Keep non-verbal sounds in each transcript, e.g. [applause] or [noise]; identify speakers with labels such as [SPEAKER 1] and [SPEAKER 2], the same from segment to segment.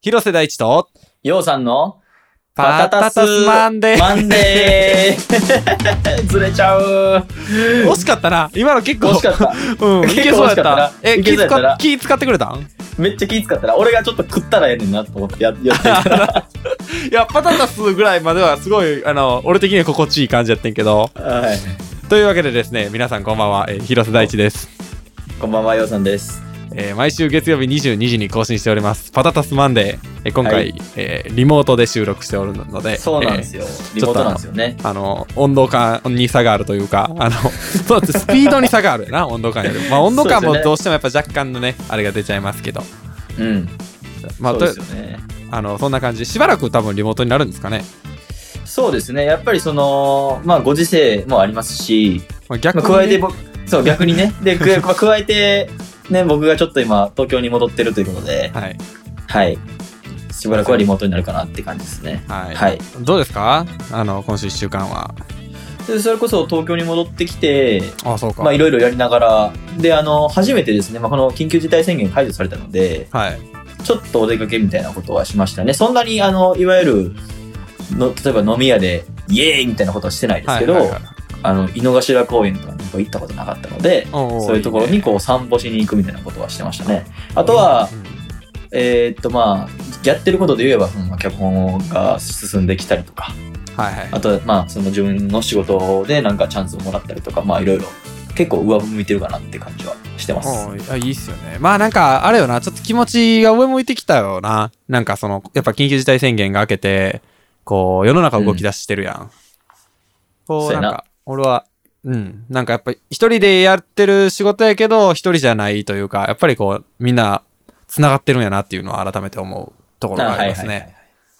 [SPEAKER 1] 広瀬大地と、
[SPEAKER 2] ようさんの
[SPEAKER 1] パタタスマンデー。
[SPEAKER 2] マンデ
[SPEAKER 1] [laughs]
[SPEAKER 2] ーずれちゃう
[SPEAKER 1] 惜しかったな。今の結構、
[SPEAKER 2] 惜し
[SPEAKER 1] [laughs]
[SPEAKER 2] かった。
[SPEAKER 1] うん、いけそうやっ
[SPEAKER 2] 結構惜しかった
[SPEAKER 1] た
[SPEAKER 2] な。
[SPEAKER 1] え、
[SPEAKER 2] いけ
[SPEAKER 1] 気
[SPEAKER 2] そうやった
[SPEAKER 1] 使
[SPEAKER 2] な
[SPEAKER 1] 気使ってくれたん
[SPEAKER 2] めっちゃ気使ったら、俺がちょっと食ったらええねんなと思ってややっ
[SPEAKER 1] [laughs]
[SPEAKER 2] てるから。
[SPEAKER 1] いや、パタタスぐらいまではすごい、あの、俺的には心地いい感じやってんけど。
[SPEAKER 2] はい。
[SPEAKER 1] というわけでですね、皆さんこんばんは、えー広瀬大地です。
[SPEAKER 2] こんばんは、ようさんです。
[SPEAKER 1] えー毎週月曜日22時に更新しております、パタタスマンデー。えー今回、
[SPEAKER 2] はい
[SPEAKER 1] えーリモートで収録しておるので、
[SPEAKER 2] そうなんですよ。リモートなんですよね
[SPEAKER 1] え。ーあの温度感に差があるというか、あのそうですスピードに差があるよな、温度感より。まあ、温度感
[SPEAKER 2] そう
[SPEAKER 1] も
[SPEAKER 2] ですよね
[SPEAKER 1] どうしてもやっぱ若干のね、あれが出ちゃいますけど、
[SPEAKER 2] うん。
[SPEAKER 1] まあ、
[SPEAKER 2] そう
[SPEAKER 1] と
[SPEAKER 2] ですよね。
[SPEAKER 1] あのそんな感じで、しばらく多分リモートになるんですかね。
[SPEAKER 2] そうですね。やっぱりその、まあ、ご時世もありますし、
[SPEAKER 1] まあ、逆
[SPEAKER 2] ま
[SPEAKER 1] に、
[SPEAKER 2] あ、加えて僕、そう、逆
[SPEAKER 1] [laughs]
[SPEAKER 2] にね。で、くまあ加えて、ね、僕がちょっと今、東京に戻ってるということで、
[SPEAKER 1] はい、
[SPEAKER 2] はい。しばらくはリモートになるかなって感じですね。
[SPEAKER 1] はい
[SPEAKER 2] はい。
[SPEAKER 1] どうですかあの今週1週間は。
[SPEAKER 2] でそれこそ東京に戻ってきて、
[SPEAKER 1] あそうか。
[SPEAKER 2] まあ、いろいろやりながら、で、あの、初めてですね、まあ、この緊急事態宣言解除されたので、
[SPEAKER 1] はい、
[SPEAKER 2] ちょっとお出かけみたいなことはしましたね。そんなに、あの、いわゆる、の例えば飲み屋で、イエーイみたいなことはしてないですけど、
[SPEAKER 1] はいはいはい
[SPEAKER 2] あの、井の頭公園とかにこう行ったことなかったので、
[SPEAKER 1] おー
[SPEAKER 2] そういうところにこう散歩しに行くみたいなことはしてましたね。あとは、
[SPEAKER 1] うん
[SPEAKER 2] えーっとまあ、やってることで言えば、その脚本が進んできたりとか、
[SPEAKER 1] はいはい
[SPEAKER 2] あとはまあ、その自分の仕事でなんかチャンスをもらったりとか、まあいろいろ結構上向いてるかなって感じはしてます。
[SPEAKER 1] おーあいいっすよねまあなんかあれよなちょっと気持ちが上向いてきたよななんかそのやっぱ緊急事態宣言が明けてこう世の中動き出してるやん、こ
[SPEAKER 2] そうう
[SPEAKER 1] な
[SPEAKER 2] や
[SPEAKER 1] ん
[SPEAKER 2] な
[SPEAKER 1] か俺はうんなんかやっぱ一人でやってる仕事やけど一人じゃないというかやっぱりこうみんなつながってるんやなっていうのは改めて思うところ
[SPEAKER 2] あ
[SPEAKER 1] があ
[SPEAKER 2] はい
[SPEAKER 1] り
[SPEAKER 2] は
[SPEAKER 1] ま
[SPEAKER 2] いは
[SPEAKER 1] す
[SPEAKER 2] い
[SPEAKER 1] ね。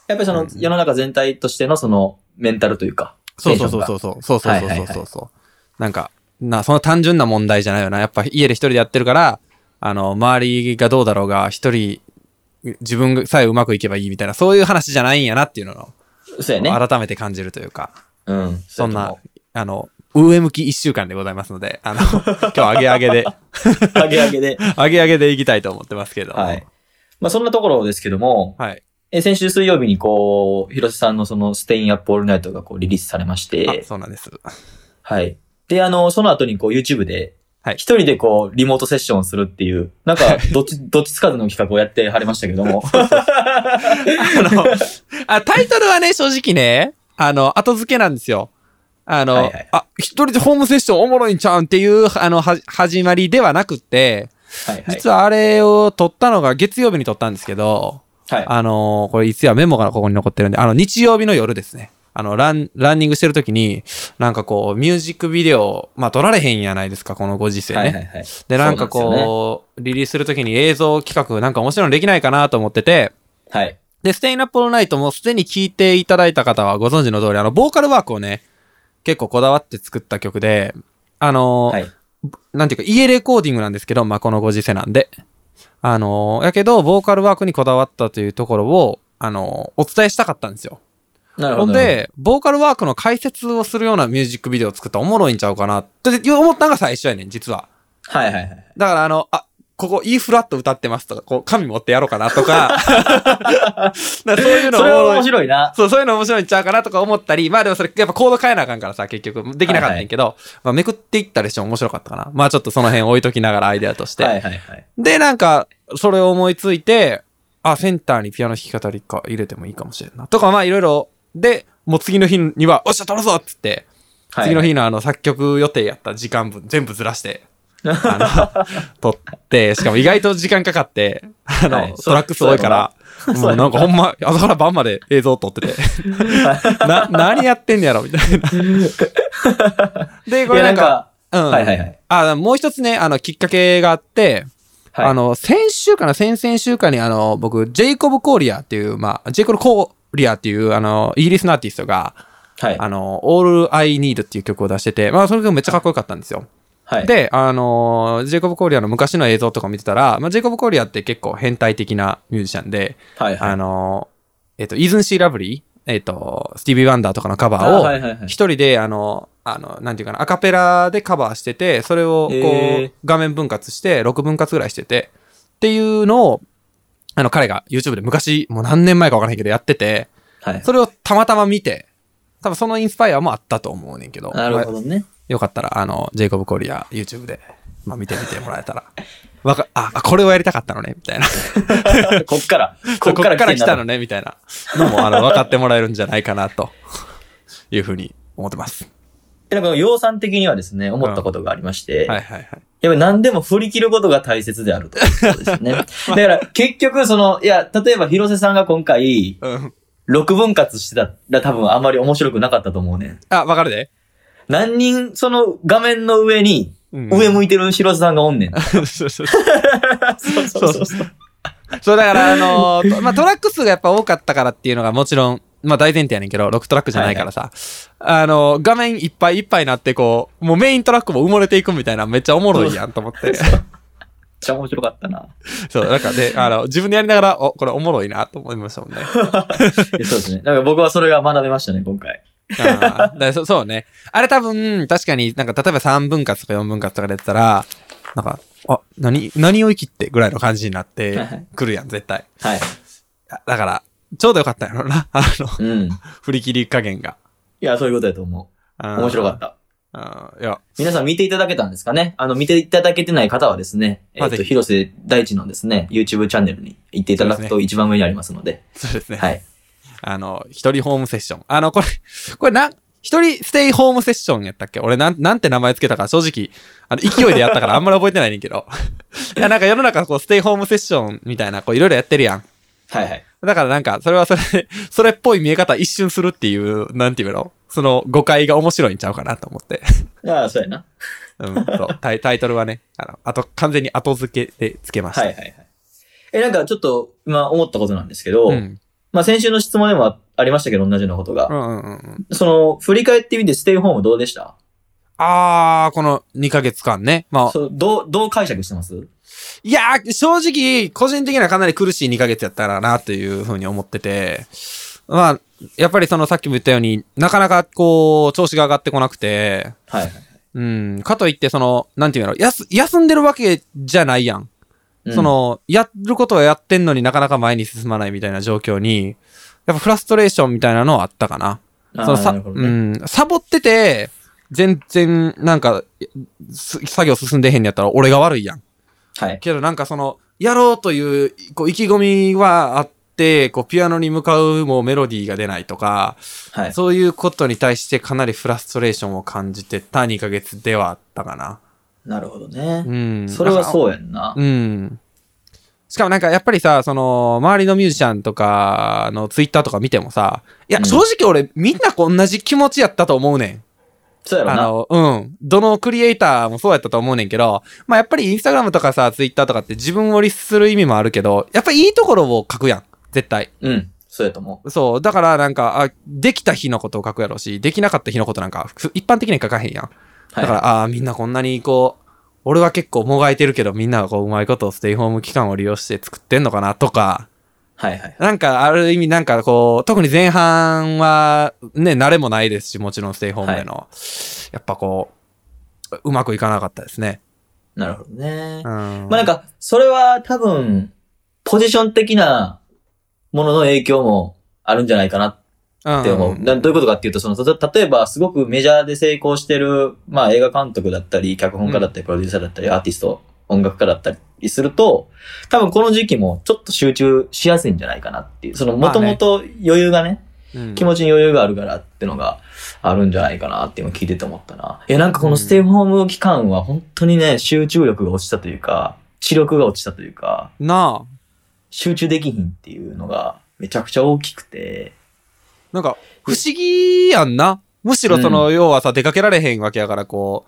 [SPEAKER 2] やっぱりその世の中全体としてのそのメンタルというか、
[SPEAKER 1] そうそうそうそうそうそうそうそうそうそうそうなんかなその単純な問題じゃないよなやっぱ家で一人でやってるからあの周りがどうだろうが一人自分さえうまくいけばいいみたいなそういう話じゃないんやなっていうのを
[SPEAKER 2] そうやね。
[SPEAKER 1] 改めて感じるというか、
[SPEAKER 2] うん。
[SPEAKER 1] そん
[SPEAKER 2] うや
[SPEAKER 1] な
[SPEAKER 2] と
[SPEAKER 1] あの上向き一週間でございますので [laughs] あの今日は上げ上げで
[SPEAKER 2] 思う。上げ上
[SPEAKER 1] [laughs]
[SPEAKER 2] げで。
[SPEAKER 1] 上げ上げでいきたいと思ってますけど
[SPEAKER 2] はい。まあそんなところですけども、
[SPEAKER 1] はい
[SPEAKER 2] え先週水曜日にこう、広瀬さんのそのステインアップオールナイトがこうリリースされまし
[SPEAKER 1] あ
[SPEAKER 2] て、
[SPEAKER 1] そうなんです
[SPEAKER 2] はい。で、あの、その後にこう YouTube で、
[SPEAKER 1] はい
[SPEAKER 2] 一人でこう、リモートセッションをするっていう、なんか、どっち、どっちつかずの企画をやってはれましたけど
[SPEAKER 1] [laughs]
[SPEAKER 2] も。
[SPEAKER 1] あの、 [laughs] あタイトルはね、正直ね、あの、後付けなんですよ。あの、
[SPEAKER 2] はいはい
[SPEAKER 1] あ、一人でホームセッションおもろいんちゃうんっていう、あの、は、始まりではなくって、
[SPEAKER 2] はいはい。
[SPEAKER 1] 実はあれを撮ったのが月曜日に撮ったんですけど、
[SPEAKER 2] はい。
[SPEAKER 1] あの、これいつやメモがここに残ってるんで、あの、日曜日の夜ですね。あの、ラン、ランニングしてる時に、なんかこう、ミュージックビデオ、まあ、撮られへんやないですか、このご時世ね。
[SPEAKER 2] はいはいはい。
[SPEAKER 1] で、なんかこう
[SPEAKER 2] そうなんです
[SPEAKER 1] リリースするときに映像企画、なんか面白いのできないかなと思ってて、
[SPEAKER 2] はい。
[SPEAKER 1] で、ステイナップオールナイトもすでに聴いていただいた方はご存知の通り、あの、ボーカルワークをね、結構こだわって作った曲で、あのー
[SPEAKER 2] はい。
[SPEAKER 1] なんていうか、家レコーディングなんですけど、まあ、このご時世なんで。あのーやけど、ボーカルワークにこだわったというところを、あのーお伝えしたかったんですよ。
[SPEAKER 2] なる
[SPEAKER 1] ほ
[SPEAKER 2] ほど。
[SPEAKER 1] んで、ボーカルワークの解説をするようなミュージックビデオを作ったらおもろいんちゃうかなって思ったのが最初やねん、実は。
[SPEAKER 2] はいはいはい。
[SPEAKER 1] だからあの、あ、ここ E フラット歌ってますとか、こう、紙持ってやろうかなとか、
[SPEAKER 2] [laughs]
[SPEAKER 1] だからそういうの
[SPEAKER 2] それ
[SPEAKER 1] おも
[SPEAKER 2] は
[SPEAKER 1] ろい
[SPEAKER 2] 面白いな。
[SPEAKER 1] [laughs] そう、そういうの面白いんちゃうかなとか思ったり、まあでもそれ、やっぱコード変えなあかんからさ、結局、できなかったんやけど、まあめくっていったりしても面白かったかな。まあちょっとその辺置いときながらアイデアとして。
[SPEAKER 2] はいはいはい。
[SPEAKER 1] で、なんか、それを思いついて、あ、センターにピアノ弾き語りか入れてもいいかもしれんな。とか、まあいろいろ、で、もう次の日には、おっしゃ、撮るぞっつって、
[SPEAKER 2] はい
[SPEAKER 1] 次の日のあの作曲予定やった時間分全部ずらして、
[SPEAKER 2] [laughs]
[SPEAKER 1] あの、撮って、しかも意外と時間かかって、あの、
[SPEAKER 2] はい
[SPEAKER 1] トラック数多いから、もうなんかほんま、朝から晩まで映像撮って
[SPEAKER 2] [laughs]
[SPEAKER 1] て、な、何やってんねやろみたいな。で、こ
[SPEAKER 2] い
[SPEAKER 1] れな
[SPEAKER 2] やなんん
[SPEAKER 1] か、
[SPEAKER 2] か、
[SPEAKER 1] うん。
[SPEAKER 2] はいはいはい。
[SPEAKER 1] あ、もう一つね、あの、きっかけがあって、
[SPEAKER 2] はい
[SPEAKER 1] あの、先週かな、先々週かに、あの、僕、ジェイコブ・コーリアっていう、まあ、ジェイコブ・コーリアっていう、あの、イギリスのアーティストが、
[SPEAKER 2] はい。
[SPEAKER 1] あの、All I Need っていう曲を出してて、まあ、その曲めっちゃかっこよかったんですよ。
[SPEAKER 2] はい。
[SPEAKER 1] で、あのージェイコブ・コーリアの昔の映像とか見てたら、まあ、ジェイコブ・コーリアって結構変態的なミュージシャンで、
[SPEAKER 2] はいはい。
[SPEAKER 1] あのーえっ、と、イーズン・シー・ラブリー、えっ、と、スティービー・ワンダーとかのカバ
[SPEAKER 2] あはいはい
[SPEAKER 1] ーを、
[SPEAKER 2] はい
[SPEAKER 1] 一人で、あのあの、なんていうかな、アカペラでカバーしてて、それをこう、
[SPEAKER 2] へー
[SPEAKER 1] 画面分割して、6分割ぐらいしてて、っていうのを、あの、彼が YouTube で昔、もう何年前かわからへんけどやってて、
[SPEAKER 2] はい。
[SPEAKER 1] それをたまたま見て、多分そのインスパイアもあったと思うねんけど。
[SPEAKER 2] なるほ
[SPEAKER 1] まあ
[SPEAKER 2] ど
[SPEAKER 1] [laughs]
[SPEAKER 2] ね。
[SPEAKER 1] よかったら、あの、ジェイコブ・コリア、YouTube で、まあ見てみてもらえたら。わか、あ、あこれをやりたかったのね、みたいな。
[SPEAKER 2] こっから、 [laughs]
[SPEAKER 1] こ
[SPEAKER 2] こっ
[SPEAKER 1] っか
[SPEAKER 2] か
[SPEAKER 1] らら
[SPEAKER 2] 来
[SPEAKER 1] 来
[SPEAKER 2] た
[SPEAKER 1] た
[SPEAKER 2] の
[SPEAKER 1] の。ね、みたいなのも、あの、分かってもらえるんじゃないかな、というふうに思ってます。
[SPEAKER 2] でなんか、洋さん的にはですね、思ったことがありまして、
[SPEAKER 1] はいはいはい。
[SPEAKER 2] やっぱり何でも振り切ることが大切であるというこ
[SPEAKER 1] [laughs]
[SPEAKER 2] とですね。だから、結局、その、いや、例えば広瀬さんが今回、
[SPEAKER 1] うん。
[SPEAKER 2] 6分割してたら多分あまり面白くなかったと思うねん。
[SPEAKER 1] あ、わかる
[SPEAKER 2] [laughs]
[SPEAKER 1] で。
[SPEAKER 2] 何人、その画面の上に、
[SPEAKER 1] うん
[SPEAKER 2] 上向いてる広瀬さんがおんねん。
[SPEAKER 1] そうそうそう
[SPEAKER 2] そう
[SPEAKER 1] [laughs] そうそうそうだから、あのーとまあ、トラック数がやっぱ多かったからっていうのがもちろん、まあ大前提やねんけど、6トラックじゃないからさ、あのー画面いっぱいいっぱいになってこう、もうメイントラックも埋もれていくみたいなめっちゃおもろいやんと思っ
[SPEAKER 2] [laughs]
[SPEAKER 1] て。
[SPEAKER 2] めっちゃ面白かったな。
[SPEAKER 1] そう、なんかね、あの、自分でやりながら、お、これおもろいなと思いましたもんね。
[SPEAKER 2] いやそうですね。なんか僕はそれが学べましたね、今回。
[SPEAKER 1] あーだそそうね。あれ多分、確かになんか例えば3分割とか4分割とかでやったら、なんか、あ、何、何を生きってぐらいの感じになってくるやん、絶対。
[SPEAKER 2] はい。
[SPEAKER 1] だから、ちょうどよかったんやろうな、あの、
[SPEAKER 2] うん。い
[SPEAKER 1] 振り切り加減が。
[SPEAKER 2] や、そういうことだと思う。面白かった。
[SPEAKER 1] た。うんいや、
[SPEAKER 2] 皆さん見ていただけたんですかねあの、見ていただけてない方はですね、えっ、
[SPEAKER 1] まあ
[SPEAKER 2] と、
[SPEAKER 1] ぜひ
[SPEAKER 2] 広瀬大地のですね、YouTube チャンネルに行っていただく
[SPEAKER 1] そ
[SPEAKER 2] と一番上にありますので。
[SPEAKER 1] そうですね。
[SPEAKER 2] はい。
[SPEAKER 1] あの、一人ホームセッション。あの、これ、これな、一人ステイホームセッションやったっけ俺なん、なんて名前つけたか正直、あの、勢いでや
[SPEAKER 2] [laughs]
[SPEAKER 1] ったからあんまり覚えてないねんけど。 [laughs] いや、なんか世の中こう、ステイホームセッションみたいな、こう、いろいろやってるやん。
[SPEAKER 2] はいはい。
[SPEAKER 1] だからなんか、それはそれで、 [laughs] それっぽい見え方一瞬するっていう、なんていうのその誤解が面白いんちゃうかなと思って。 [laughs]
[SPEAKER 2] ああ、そうやな。
[SPEAKER 1] うん、そうタイタイトルはね、あの、あと、完全に後付けでつけました。
[SPEAKER 2] はいはいはい。え、なんかちょっと、今思ったことなんですけど、
[SPEAKER 1] うん。
[SPEAKER 2] まあ先週の質問でもあありましたけど、同じようなことが。
[SPEAKER 1] うんうんうんうん。
[SPEAKER 2] その、振り返ってみて、ステイホームどうでした
[SPEAKER 1] あー、この2ヶ月間ね。まあ、
[SPEAKER 2] そう、どう、どう解釈してます
[SPEAKER 1] いやー、正直、個人的にはかなり苦しい2ヶ月やったらな、というふうに思ってて、まあ、やっぱりそのさっきも言ったようになかなかこう、調子が上がってこなくて、
[SPEAKER 2] はいはい。
[SPEAKER 1] うん、かといってその、なんていうの、やす休んでるわけじゃないやん。
[SPEAKER 2] うん
[SPEAKER 1] そ、の、やることはやってんのになかなか前に進まないみたいな状況に、やっぱフラストレーションみたいなのはあったかな。
[SPEAKER 2] あー
[SPEAKER 1] そのさ、
[SPEAKER 2] なるほど
[SPEAKER 1] う
[SPEAKER 2] ね
[SPEAKER 1] ん、サボってて、全然、なんか、す作業進んでへんのやったら俺が悪いやん。
[SPEAKER 2] はい。
[SPEAKER 1] けどなんかその、やろうという、こう、意気込みはあって、こう、ピアノに向かうもメロディーが出ないとか、
[SPEAKER 2] はい。
[SPEAKER 1] そういうことに対してかなりフラストレーションを感じてた2ヶ月ではあったかな。
[SPEAKER 2] なるほどね。
[SPEAKER 1] うん。
[SPEAKER 2] それは
[SPEAKER 1] う。
[SPEAKER 2] そうやんな。
[SPEAKER 1] うん。しかもなんかやっぱりさ、その、周りのミュージシャンとかのツイッターとか見てもさ、いや、
[SPEAKER 2] うん
[SPEAKER 1] 正直俺みんなこう同じ気持ちやったと思うねん。
[SPEAKER 2] そうやろ
[SPEAKER 1] あ
[SPEAKER 2] な。
[SPEAKER 1] の、うん。どのクリエイターもそうやったと思うねんけど、まあやっぱりインスタグラムとかさ、ツイッターとかって自分を律する意味もあるけど、やっぱりいいところを書くやん。絶対。
[SPEAKER 2] うん。そうやと思
[SPEAKER 1] そう。だからなんか、あ、できた日のことを書くやろうし、できなかった日のことなんか、ふ一般的には書かへんやん。
[SPEAKER 2] う。は
[SPEAKER 1] だ
[SPEAKER 2] い。
[SPEAKER 1] から、ああ、みんなこんなにこう、俺は結構もがいてるけど、みんながこう、うまいことをステイホーム期間を利用して作ってんのかなとか、
[SPEAKER 2] はいはい。
[SPEAKER 1] なんか、ある意味、なんかこう、特に前半は、ね、慣れもないですし、もちろんステイホームでの。やっぱこう、うまくいかなかったですね。
[SPEAKER 2] なるほど
[SPEAKER 1] うん。
[SPEAKER 2] ね。まあなんか、それは多分、ポジション的なものの影響もあるんじゃないかな
[SPEAKER 1] か
[SPEAKER 2] って思う。などういうことかっていうと、その、た例えば、すごくメジャーで成功してる、まあ映画監督だったり、脚本家だったり、プロデューサーだったり、アーティスト、音楽家だったりすると、多分この時期もちょっと集中しやすいんじゃないかなっていう、その、もともと余裕がね、
[SPEAKER 1] うん
[SPEAKER 2] 気持ちに余裕があるからってのがあるんじゃないかなって今聞いてて思ったな。いや、なんかこのステイホーム期間は本当にね、集中力が落ちたというか、知力が落ちたというか、
[SPEAKER 1] なあ。
[SPEAKER 2] 集中できひんっていうのがめちゃくちゃ大きくて、
[SPEAKER 1] なんか、不思議やんな。むしろその、要はさ、出かけられへんわけやから、こ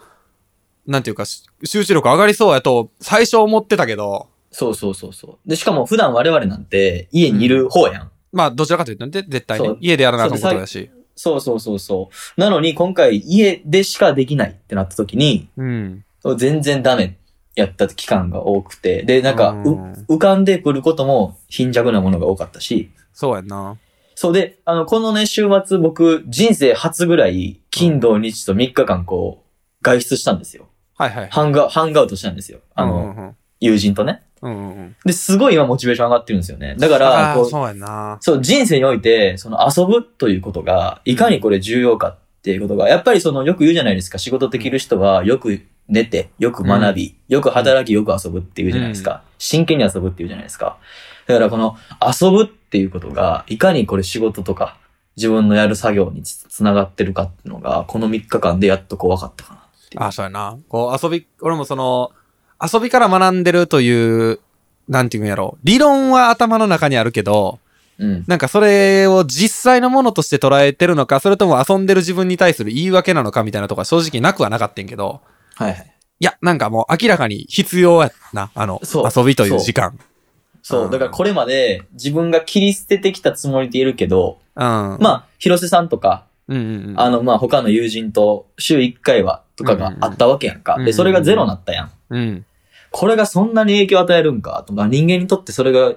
[SPEAKER 1] う、なんていうか、し集中力上がりそうやと、最初思ってたけど、
[SPEAKER 2] そうそうそうそう。で、しかも普段我々なんて家にいる方やん。
[SPEAKER 1] まあ、どちらかというとね、絶対
[SPEAKER 2] そ
[SPEAKER 1] ね
[SPEAKER 2] う、
[SPEAKER 1] 家でやらなあかんことだし。
[SPEAKER 2] そうそうそうそう。なのに今回家でしかできないってなった時に、
[SPEAKER 1] うん。
[SPEAKER 2] 全然ダメやった期間が多くて、で、なんか、
[SPEAKER 1] う
[SPEAKER 2] うん浮かんでくることも貧弱なものが多かったし、
[SPEAKER 1] そうやんな。
[SPEAKER 2] そうで、あの、このね、週末、僕、人生初ぐらい、金、土、日と3日間、こう、外出したんですよ。
[SPEAKER 1] はいはい。
[SPEAKER 2] ハンガ、ハンガウトしたんですよ。あの、
[SPEAKER 1] うんうんうん
[SPEAKER 2] 友人とね。
[SPEAKER 1] うんうんうん。
[SPEAKER 2] で、すごい今モチベーション上がってるんですよね。だから、
[SPEAKER 1] あ
[SPEAKER 2] こ
[SPEAKER 1] ー
[SPEAKER 2] う
[SPEAKER 1] そうやな。
[SPEAKER 2] そう、人生において、その遊ぶということが、いかにこれ重要かっていうことが、やっぱりそのよく言うじゃないですか、仕事できる人はよく寝て、よく学び、よく働き、よく遊ぶっていうじゃないですか。真剣に遊ぶっていうじゃないですか。だからこの遊ぶっていうことが、いかにこれ仕事とか、自分のやる作業につつながってるかっていうのが、この3日間でやっとこう分かったかな。
[SPEAKER 1] あ、そうやな。こう遊び、俺もその、遊びから学んでるという、なんていうんやろ。理論は頭の中にあるけど、
[SPEAKER 2] うん。
[SPEAKER 1] なんかそれを実際のものとして捉えてるのか、それとも遊んでる自分に対する言い訳なのかみたいなとか正直なくはなかったんけど、
[SPEAKER 2] はいはい。
[SPEAKER 1] いや、なんかもう明らかに必要やな、あの、
[SPEAKER 2] そう
[SPEAKER 1] 遊びという時間。
[SPEAKER 2] そうう、
[SPEAKER 1] ん
[SPEAKER 2] だからこれまで自分が切り捨ててきたつもりでいるけど、
[SPEAKER 1] うん。ま
[SPEAKER 2] まあ、広瀬さんとか、
[SPEAKER 1] うんうんうん。
[SPEAKER 2] あの、まあ、他の友人と週1回は、とかがあったわけやんか。
[SPEAKER 1] うんうんうん
[SPEAKER 2] で、それがゼロになったやん。
[SPEAKER 1] うん。
[SPEAKER 2] これがそんなに影響を与えるんか。とまあ人間にとってそれが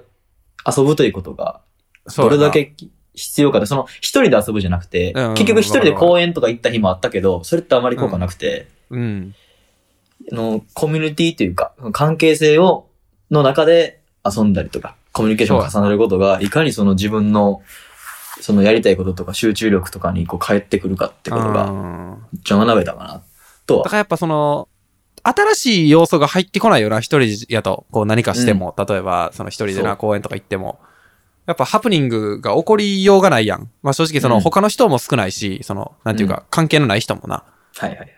[SPEAKER 2] 遊ぶということが、
[SPEAKER 1] そう
[SPEAKER 2] ど
[SPEAKER 1] やな
[SPEAKER 2] れだけ必要かで、その一人で遊ぶじゃなくて、
[SPEAKER 1] うんうんうん
[SPEAKER 2] 結局一人で公園とか行った日もあったけど、それってあまり効果なくて、
[SPEAKER 1] うん。
[SPEAKER 2] あのコミュニティというか、関係性を、の中で遊んだりとか、コミュニケーションを重なることが、いかにその自分の、そのやりたいこととか集中力とかにこう返ってくるかってことが、
[SPEAKER 1] うん
[SPEAKER 2] 学べたかな、と
[SPEAKER 1] だ
[SPEAKER 2] は
[SPEAKER 1] からやっぱその、新しい要素が入ってこないよな、一人やと。こう何かしても、例えば、その一人で
[SPEAKER 2] そう
[SPEAKER 1] な、公園とか行っても。やっぱハプニングが起こりようがないやん。まあ正直そうの
[SPEAKER 2] ん
[SPEAKER 1] 他の人も少ないし、その、なんていう
[SPEAKER 2] う
[SPEAKER 1] か、関係のない人もな。
[SPEAKER 2] はいはいはい。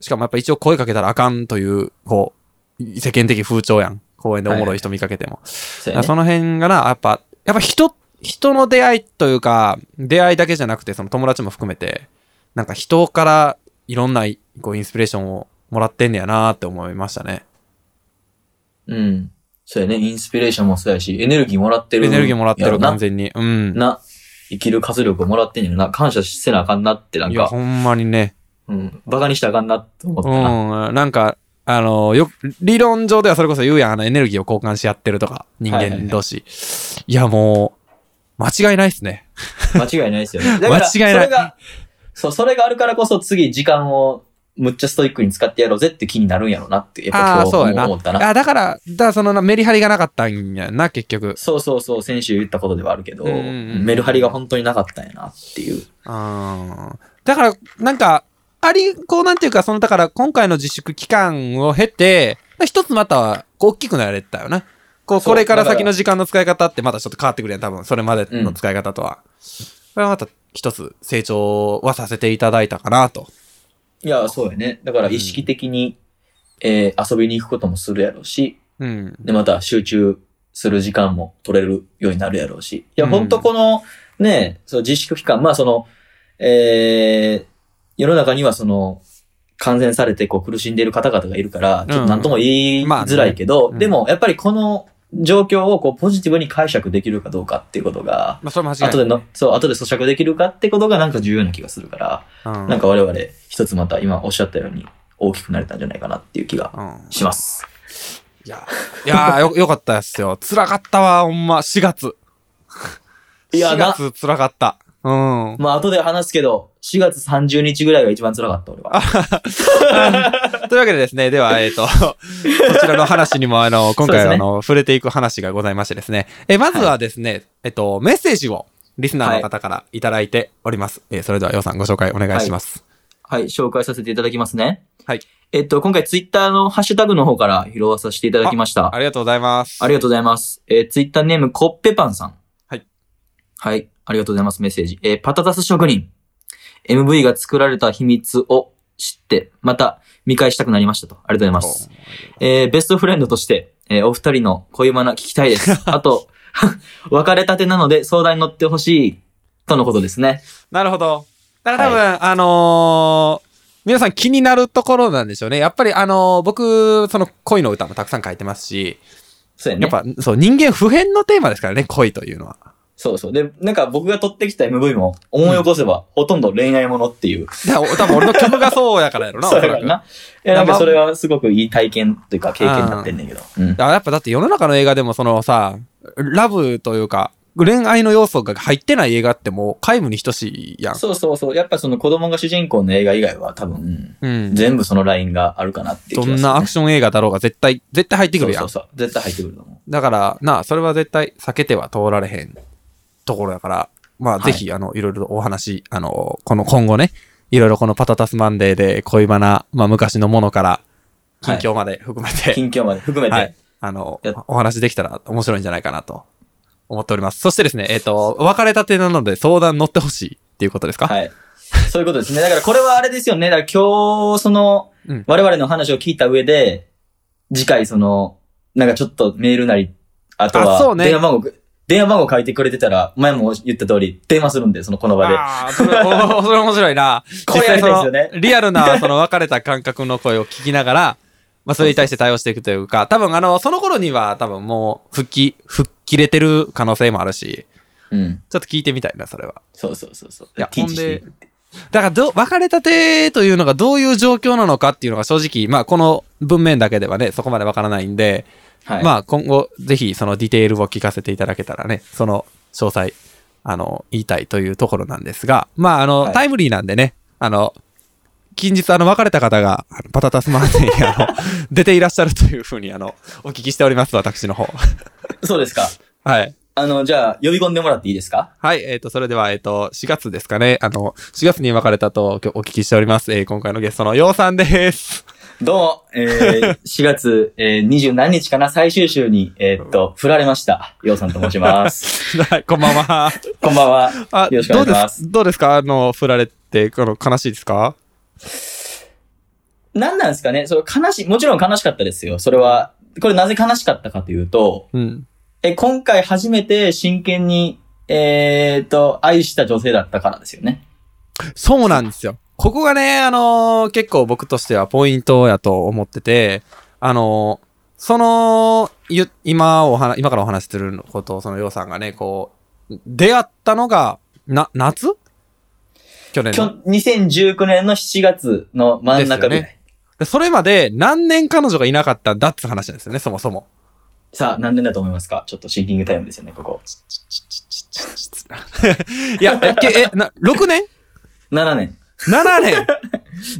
[SPEAKER 1] しかもやっぱ一応声かけたらあかんという、こう、世間的風潮やん。公園でおもろい人見かけても。
[SPEAKER 2] そう
[SPEAKER 1] だからその辺がな、やっぱ、やっぱ人、人の出会いというか、出会いだけじゃなくて、その友達も含めて、なんか人からいろんな、こう、インスピレーションをもらってんねやなって思いましたね。
[SPEAKER 2] うん。そうやね。インスピレーションもそうやし、エネルギーもらってる。
[SPEAKER 1] エネルギーもらって
[SPEAKER 2] やろ
[SPEAKER 1] る、
[SPEAKER 2] な
[SPEAKER 1] 完。全に。うん。
[SPEAKER 2] な。生きる活力をもらってんやろな。感謝せなあかんなって、なん
[SPEAKER 1] いや、
[SPEAKER 2] か、
[SPEAKER 1] ほんまにね。
[SPEAKER 2] うん。バカにしたらあかんなって思っ
[SPEAKER 1] う
[SPEAKER 2] たな。
[SPEAKER 1] ん。なんか、あの、よ、理論上ではそれこそ言うやん、あの、エネルギーを交換し合ってるとか、人間同士。いや、もう、間違いないっすね。
[SPEAKER 2] [laughs] 間違いないですよね。だから、
[SPEAKER 1] [laughs]
[SPEAKER 2] そ
[SPEAKER 1] 間違いない
[SPEAKER 2] れが、そう、それがあるからこそ次時間をむっちゃストイックに使ってやろうぜって気になるんやろうなって、やっ
[SPEAKER 1] あ
[SPEAKER 2] ぱ
[SPEAKER 1] あー、そう
[SPEAKER 2] 今
[SPEAKER 1] や
[SPEAKER 2] 日
[SPEAKER 1] な。
[SPEAKER 2] 思ったな。
[SPEAKER 1] あだから、だからそのなメリハリがなかったんやな、結局。
[SPEAKER 2] そうそうそう、先週言ったことではあるけど、
[SPEAKER 1] うんうんうん
[SPEAKER 2] メルハリが本当になかったんやなっていう。
[SPEAKER 1] あーだから、なんか、あり、こうなんていうか、その、だから今回の自粛期間を経て、一つまた、こう大きくなれたよな。こう、
[SPEAKER 2] そう
[SPEAKER 1] これから
[SPEAKER 2] だから
[SPEAKER 1] 先の時間の使い方ってまたちょっと変わってくるやん、多分。それまでの使い方とは。これはまた一つ成長はさせていただいたかなと。
[SPEAKER 2] いや、そうやね。だから意識的に、えー遊びに行くこともするやろうし、
[SPEAKER 1] うん。
[SPEAKER 2] で、また集中する時間も取れるようになるやろうし。いや、
[SPEAKER 1] うん
[SPEAKER 2] ほんとこの、ね、その自粛期間、まあその、えー、世の中にはその、感染されてこう苦しんでいる方々がいるから、ちょっと何とも言いづらいけ
[SPEAKER 1] ま
[SPEAKER 2] ど、
[SPEAKER 1] あねうん
[SPEAKER 2] でもやっぱりこの状況をこうポジティブに解釈できるかどうかっていうことが、
[SPEAKER 1] まあ、それも間違いない
[SPEAKER 2] 後での、そう、後で咀嚼できるかってことがなんか重要な気がするから、
[SPEAKER 1] うん
[SPEAKER 2] なんか我々一つまた今おっしゃったように大きくなれたんじゃないかなっていう気が
[SPEAKER 1] うん。
[SPEAKER 2] します。
[SPEAKER 1] いや、いやーよ、よかったですよ。辛かったわ、ほんま、4月。
[SPEAKER 2] いや
[SPEAKER 1] 4
[SPEAKER 2] な
[SPEAKER 1] 月辛かった。うん。
[SPEAKER 2] まあ、後で話すけど、4月30日ぐらいが一番辛かった、俺は。
[SPEAKER 1] [laughs] というわけでですね、では、えっ、と、 [laughs] こちらの話にも、あの、今
[SPEAKER 2] [laughs] そうです
[SPEAKER 1] 回、
[SPEAKER 2] ね
[SPEAKER 1] あの、触れていく話がございましてですね、え、まずはですね、えっと、メッセージをリスナーの方からいただいております。えーそれでは、ようさんご紹介お願いします。
[SPEAKER 2] はい、紹介させていただきますね。
[SPEAKER 1] はい。
[SPEAKER 2] えっと、今回ツイッターのハッシュタグの方から拾わさせていただきました。あ
[SPEAKER 1] ありがとうございます。
[SPEAKER 2] りがとうございます。えーツイッターネーム、コッペパンさん。
[SPEAKER 1] はい。
[SPEAKER 2] はい、ありがとうございます、メッセージ。えーパタタス職人。MV が作られた秘密を知って、また見返したくなりましたと。ありがとうございます。えーベストフレンドとして、えーお二人の恋バナ聞きた
[SPEAKER 1] [laughs]
[SPEAKER 2] いです。あと、 [laughs] 別れたてなので相談に乗ってほしい、とのことですね。
[SPEAKER 1] なるほど。だから多分、あのー皆さん気になるところなんでしょうね。やっぱり、あのー僕、その恋の歌もたくさん書いてますし、
[SPEAKER 2] そうや
[SPEAKER 1] や
[SPEAKER 2] ね。
[SPEAKER 1] っぱ、そう、人間普遍のテーマですからね、恋という
[SPEAKER 2] [laughs]
[SPEAKER 1] のは。
[SPEAKER 2] そうそう。で、なんか僕が撮ってきた MV も思い起こせば、ほとんど恋愛ものっていう。
[SPEAKER 1] だから多分俺の曲がそうやからやろな、
[SPEAKER 2] そう
[SPEAKER 1] おそ
[SPEAKER 2] や
[SPEAKER 1] ら
[SPEAKER 2] か
[SPEAKER 1] く
[SPEAKER 2] らな。いや、なんかそれはすごくいい体験というか経験になってんだけど。うん。
[SPEAKER 1] あやっぱだって世の中の映画でもそのさ、ラブというか、恋愛の要素が入ってない映画ってもう皆無に等しいやん。
[SPEAKER 2] そうそうそう。やっぱその子供が主人公の映画以外は多分、
[SPEAKER 1] うん。
[SPEAKER 2] 全部そのラインがあるかなっていう
[SPEAKER 1] ど
[SPEAKER 2] 気がする、
[SPEAKER 1] んなアク
[SPEAKER 2] シ
[SPEAKER 1] ション映画だろうが絶対、絶対入ってくるやん。
[SPEAKER 2] そうそうそう。絶対入ってくると思
[SPEAKER 1] だから、なあ、それは絶対避けては通られへんところだから、まあ、
[SPEAKER 2] は
[SPEAKER 1] ぜ
[SPEAKER 2] い
[SPEAKER 1] ひ、あの、いろいろとお話、あの、この今後ね、いろいろこのパタタスマンデーで恋バナ、まあ、昔のものから、近況まで含め
[SPEAKER 2] う。
[SPEAKER 1] て、
[SPEAKER 2] 近況まで含めて。
[SPEAKER 1] はい。あの
[SPEAKER 2] や、
[SPEAKER 1] お話できたら面白いんじゃないかなと思っております。そしてですね、えっ、と、別れたてなので相談乗ってほしいっていうことですかい。
[SPEAKER 2] はい。そういうことですね。だからこれはあれですよね。だから今日、その、
[SPEAKER 1] うん
[SPEAKER 2] 我々の話を聞いた上で、次回その、なんかちょっとメールなり、あと
[SPEAKER 1] あ
[SPEAKER 2] は
[SPEAKER 1] そう、ね
[SPEAKER 2] 電話番号、電話番号書いてくれてたら、前も言った通り、電話するんで、そのこの場で。
[SPEAKER 1] ああ、それ、お [laughs] それ面白いな。
[SPEAKER 2] これやりたいですよ
[SPEAKER 1] 実
[SPEAKER 2] ね
[SPEAKER 1] 際そのリアルな、その別れた感覚の声を聞きながら、まあ、それに対して対応していくというか、多分あの、その頃には多分もう、復帰、復帰れてる可能性もあるし、
[SPEAKER 2] うん。
[SPEAKER 1] ちょっと聞いてみたいな、それは。
[SPEAKER 2] そうそうそうそう。
[SPEAKER 1] いや
[SPEAKER 2] ティーチしていくって
[SPEAKER 1] だからど、別れたてというのがどういう状況なのかっていうのが正直、まあ、この文面だけではね、そこまでわからないんで、
[SPEAKER 2] はい。
[SPEAKER 1] まあ今後ぜひそのディテールを聞かせていただけたらね、その詳細、あの、言いたいというところなんですが、まああの、
[SPEAKER 2] はい
[SPEAKER 1] タイムリーなんでね、あの、近日あの別れた方があのパタタスマンデーにあの出ていらっしゃるというふうにあの、お聞きしております、私の方。 [laughs]
[SPEAKER 2] そうですか。
[SPEAKER 1] はい。
[SPEAKER 2] あの、じゃあ、呼び込んでもらっていいですか
[SPEAKER 1] はい、えっ、と、それでは、えっ、と、4月ですかね、あの、4月に別れたとお聞きしております、えー今回のゲストのようさんです。 [laughs]
[SPEAKER 2] どうも、えー、4月、えー、20何日かな、最終週に、えーっと、振られました。ようさんと申し
[SPEAKER 1] [laughs]
[SPEAKER 2] ます。
[SPEAKER 1] はい、こんばん
[SPEAKER 2] [laughs]
[SPEAKER 1] は。
[SPEAKER 2] こんばんは。
[SPEAKER 1] あ、
[SPEAKER 2] よろしくお願いしま
[SPEAKER 1] どうで
[SPEAKER 2] す
[SPEAKER 1] すどうですかあの、振られて、あの、悲しいですか
[SPEAKER 2] 何なんですかねその悲しい、もちろん悲しかったですよ。それは、これなぜ悲しかったかというと、
[SPEAKER 1] うん。
[SPEAKER 2] え、今回初めて真剣に、えーっと、愛した女性だったからですよね。
[SPEAKER 1] そうなんですよ。ここがね、あのー結構僕としてはポイントやと思ってて、あのーその、ゆ今お話、今からお話しすることを、そのようさんがね、こう、出会ったのが、な、夏去年
[SPEAKER 2] きょ
[SPEAKER 1] の。
[SPEAKER 2] 2019年の7月の真ん中ぐらい。
[SPEAKER 1] ですでそれまで何年彼女がいなかったんだって話なんですよね、そもそも。
[SPEAKER 2] さあ、何年だと思いますかちょっとシンキングタイムですよね、ここ。
[SPEAKER 1] いや、え、けえな6年
[SPEAKER 2] 7年。
[SPEAKER 1] ?7 年